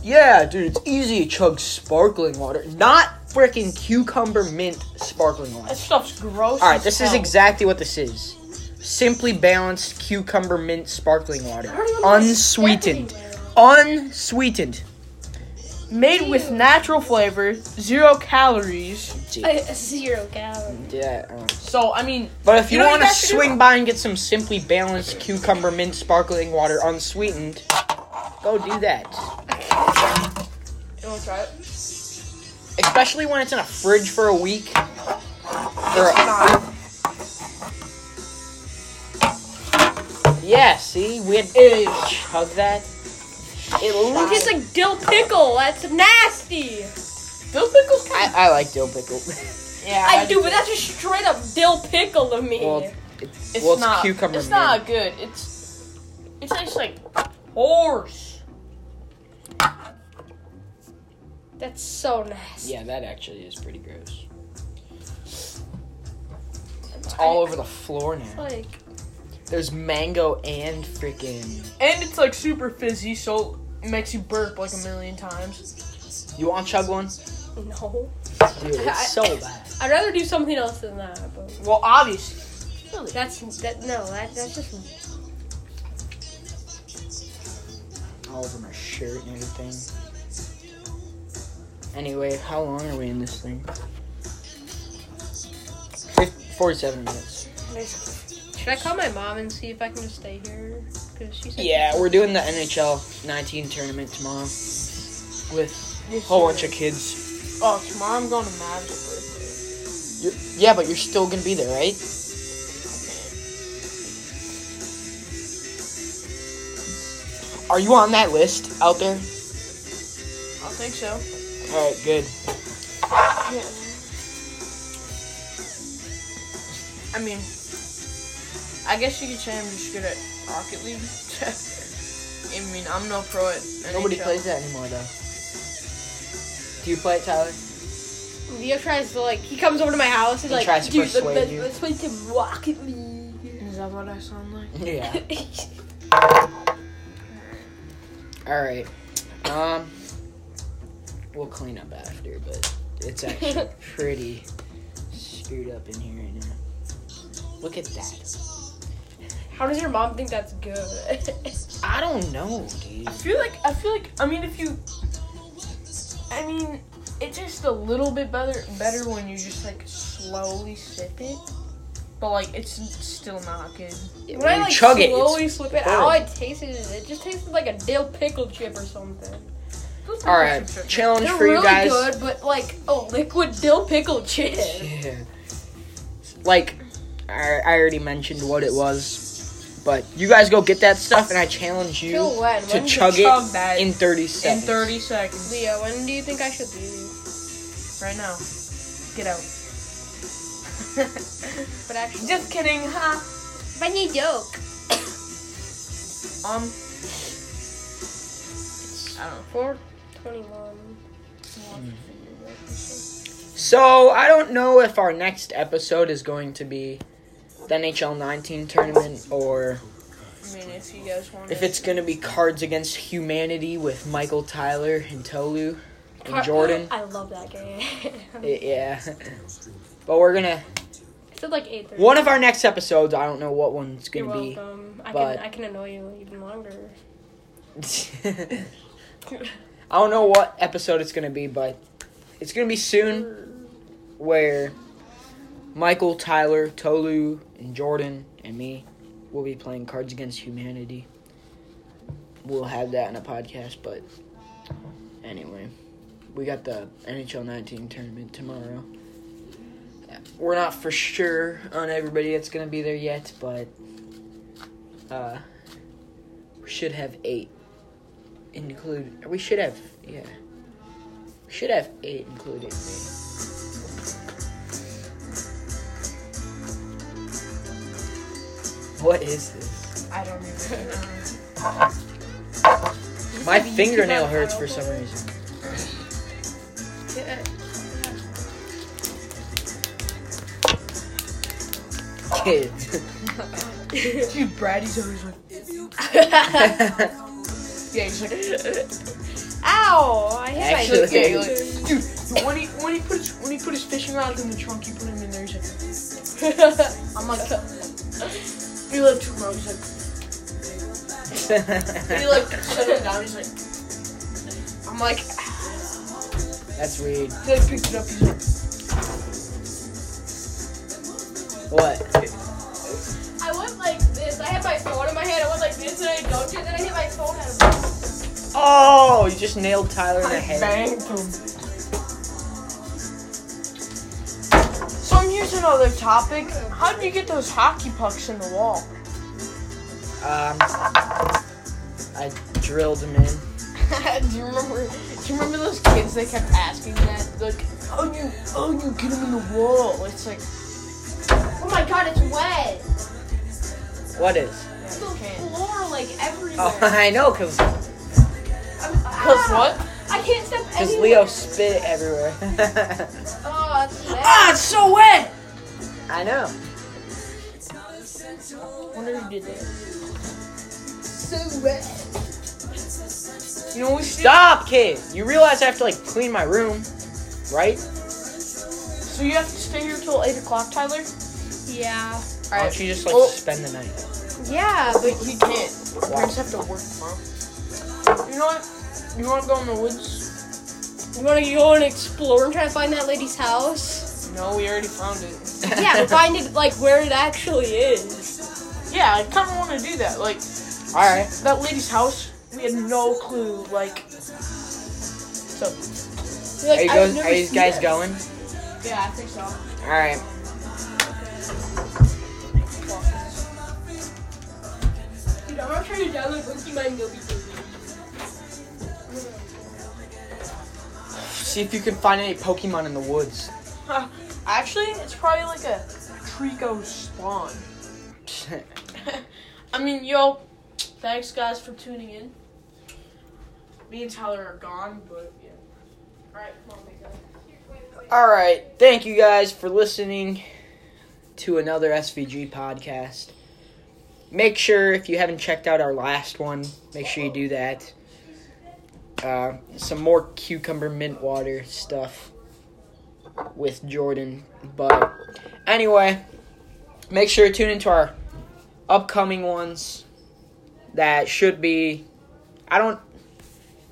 Speaker 1: yeah, dude, it's easy to chug sparkling water, not freaking cucumber mint sparkling water.
Speaker 2: That stuff's gross.
Speaker 1: All right,
Speaker 2: as
Speaker 1: this is
Speaker 2: hell.
Speaker 1: exactly what this is. Simply balanced cucumber mint sparkling water,
Speaker 3: Where do you want
Speaker 1: unsweetened,
Speaker 3: everywhere?
Speaker 1: unsweetened.
Speaker 2: made with natural flavor, zero calories.
Speaker 3: I- zero calories.
Speaker 1: Yeah. I don't-
Speaker 2: So I mean,
Speaker 1: But if you,
Speaker 2: You know what
Speaker 1: want to
Speaker 2: you guys should do?
Speaker 1: swing by and get some simply balanced cucumber mint sparkling water unsweetened, go do that.
Speaker 2: you wanna try it?
Speaker 1: Especially when it's in a fridge for a week. Or
Speaker 2: Nah,
Speaker 1: yeah, see, we had chug that. It
Speaker 3: It tastes
Speaker 1: looks.
Speaker 3: like dill pickle. That's nasty.
Speaker 2: dill pickles. Kind
Speaker 1: I, I like dill pickle.
Speaker 2: yeah,
Speaker 3: I do, but that's just straight up dill pickle to me.
Speaker 1: well, it,
Speaker 2: It's
Speaker 1: well, it's
Speaker 2: not.
Speaker 1: cucumber
Speaker 2: it's
Speaker 1: mint.
Speaker 2: not good. It's it tastes like horse.
Speaker 3: that's so nasty.
Speaker 1: Yeah, that actually is pretty gross. It's all over the floor now.
Speaker 3: Like,
Speaker 1: There's mango and freaking.
Speaker 2: And it's like super fizzy, so it makes you burp like a million times.
Speaker 1: You want to chug one?
Speaker 3: no.
Speaker 1: Dude, it's so bad.
Speaker 3: I'd rather do something else than that. But
Speaker 2: Well, obviously.
Speaker 3: that's that. No, that, that's just.
Speaker 1: All over my shirt and everything. Anyway, how long are we in this thing? Fif- 47 minutes.
Speaker 3: Should I call my mom and see if I can just stay here? Cause she said
Speaker 1: Yeah, we're doing the NHL 19 tournament tomorrow with a whole bunch of kids.
Speaker 2: Oh, tomorrow I'm going to Mav's birthday.
Speaker 1: You're, yeah, but you're still gonna be there, right? Are you on that list out there?
Speaker 2: I think so.
Speaker 1: All right, good.
Speaker 2: I mean, I guess you could say I'm just good at Rocket League. I mean, I'm no pro at
Speaker 1: Nobody
Speaker 2: NHL.
Speaker 1: plays that anymore, though. Do you play it, Tyler?
Speaker 3: Leo tries to like. He comes over to my house. He's
Speaker 1: He
Speaker 3: like,
Speaker 1: tries to
Speaker 3: dude, let-
Speaker 1: persuade
Speaker 3: let-
Speaker 1: you."
Speaker 3: let's play some Rocket League.
Speaker 2: Is that what I sound like?
Speaker 1: Yeah. All right. Um, we'll clean up after, but it's actually pretty screwed up in here right now. Look at that.
Speaker 3: How does your mom think that's good?
Speaker 1: I don't know, dude.
Speaker 2: I feel like I feel like I mean if you I mean it's just a little bit better better when you just like slowly sip it. But like it's still not good.
Speaker 3: when,
Speaker 1: When
Speaker 3: I
Speaker 1: you
Speaker 3: like
Speaker 1: chug it,
Speaker 3: slowly
Speaker 1: it's
Speaker 3: slip it
Speaker 1: horrible.
Speaker 3: out, it tasted it just tasted like a dill pickle chip or something.
Speaker 1: All right, challenge
Speaker 3: They're
Speaker 1: for you
Speaker 3: really
Speaker 1: guys.
Speaker 3: good, but like a liquid dill pickle chip.
Speaker 1: Yeah. Like, I, I already mentioned what it was, but you guys go get that stuff, and I challenge you
Speaker 3: Till when? When
Speaker 1: to
Speaker 3: do you
Speaker 1: chug,
Speaker 2: chug
Speaker 1: it
Speaker 2: that?
Speaker 1: in 30
Speaker 2: In
Speaker 1: seconds.
Speaker 2: thirty seconds.
Speaker 3: Leo, when do you think I should leave?
Speaker 2: Right now. Get out.
Speaker 3: But actually,
Speaker 2: just kidding, huh?
Speaker 3: Funny joke.
Speaker 2: Um,
Speaker 3: I don't know. Four twenty-one.
Speaker 1: Hmm. So I don't know if our next episode is going to be the NHL 19 tournament or
Speaker 2: I mean, if you guys want,
Speaker 1: if it's going to be Cards Against Humanity with Michael Tyler and Tolu
Speaker 3: Car-
Speaker 1: and Jordan.
Speaker 3: I love that game.
Speaker 1: I- yeah, but we're gonna
Speaker 3: it's at like eight thirty.
Speaker 1: one of our next episodes. I don't know what one's
Speaker 3: You're
Speaker 1: gonna be.
Speaker 3: welcome. I
Speaker 1: but-
Speaker 3: can I can annoy you even longer.
Speaker 1: I don't know what episode it's gonna be, but it's gonna be soon. Where Michael, Tyler, Tolu, and Jordan and me will be playing Cards Against Humanity. We'll have that in a podcast, but anyway, we got the NHL 19 tournament tomorrow. We're not for sure on everybody that's gonna be there yet, but uh, we should have eight include. We should have, yeah. We should have eight included. What is this?
Speaker 2: I don't even.
Speaker 1: My fingernail hurts for some reason. Kids.
Speaker 2: Dude, Brady's always like, yeah, he's like,
Speaker 3: Ow! I hit
Speaker 1: Actually-
Speaker 3: my
Speaker 2: yeah, he's like, dude. When he when he put his when he put his fishing rod in the trunk, he put him in there. He's like, I'm like, we live tomorrow. He's like, he like set it down. He's like, I'm like,
Speaker 1: That's weird.
Speaker 2: he like picked it up. He's like,
Speaker 1: What?
Speaker 3: I went like this. I had my phone in my hand. I went like this, and I dunked it. Then I hit my phone. And
Speaker 1: Oh, you just nailed Tyler in the
Speaker 2: I
Speaker 1: head.
Speaker 2: banged him. So I'm here's another topic. How do you get those hockey pucks in the wall?
Speaker 1: Um, I drilled him in.
Speaker 2: do you remember? Do you remember those kids? They kept asking that, like, "Oh, you, oh, you get them in the wall." It's like,
Speaker 3: oh my god, it's wet.
Speaker 1: What is?
Speaker 3: The
Speaker 2: can't.
Speaker 3: floor like everywhere.
Speaker 1: Oh, I know, cause
Speaker 3: I'm-
Speaker 2: cause
Speaker 3: ah!
Speaker 2: what?
Speaker 3: I can't step
Speaker 1: Because
Speaker 3: anywhere.
Speaker 1: Leo spit everywhere.
Speaker 3: Oh, that's wet.
Speaker 2: Ah, it's so wet.
Speaker 1: I know.
Speaker 2: Wonder who did that.
Speaker 3: so wet.
Speaker 2: You know what we should
Speaker 1: Stop, kid. You realize I have to like clean my room, right?
Speaker 2: do? So you have to stay here till eight o'clock, Tyler.
Speaker 3: Yeah.
Speaker 1: Why don't you just like
Speaker 2: Well,
Speaker 1: spend the night?
Speaker 3: Yeah,
Speaker 2: but he can't. Parents have to work tomorrow. You know what? You want to go in the woods?
Speaker 3: you want to go and explore and try to find that lady's house?
Speaker 2: No, we already found it.
Speaker 3: yeah, but find it like where it actually is.
Speaker 2: Yeah, I kind of want to do that. Like
Speaker 1: All right.
Speaker 2: that lady's house. We had no clue. Like, so
Speaker 3: You're
Speaker 1: Are
Speaker 3: like,
Speaker 1: you,
Speaker 3: I've
Speaker 1: goes,
Speaker 3: never
Speaker 1: are you
Speaker 3: seen
Speaker 1: guys
Speaker 3: that.
Speaker 1: going?
Speaker 2: yeah, I think so.
Speaker 1: All right.
Speaker 3: Dude, I'm not trying to download Monkey Mind. You'll be
Speaker 1: See if you can find any Pokemon in the woods.
Speaker 2: Huh. Uh, Actually, it's probably like a Trico spawn. I mean, yo, thanks guys for tuning in. Me and Tyler are gone, but yeah. Alright, come on, we go.
Speaker 1: All right. Thank you guys for listening to another SVG podcast. Make sure if you haven't checked out our last one, make sure you do that. Uh, some more cucumber mint water stuff with Jordan. But anyway, make sure to tune into our upcoming ones that should be. I don't.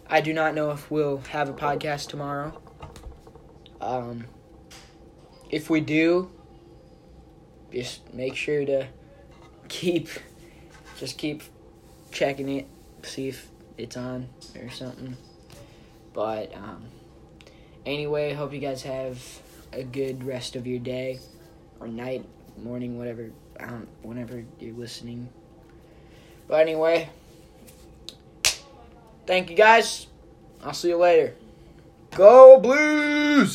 Speaker 1: I do not know if we'll have a podcast tomorrow. Um, if we do, just make sure to keep, just keep checking it, see if it's on or something. But um, anyway, hope you guys have a good rest of your day or night, morning, whatever, um, whenever you're listening. But anyway, thank you guys. I'll see you later. Go Blues!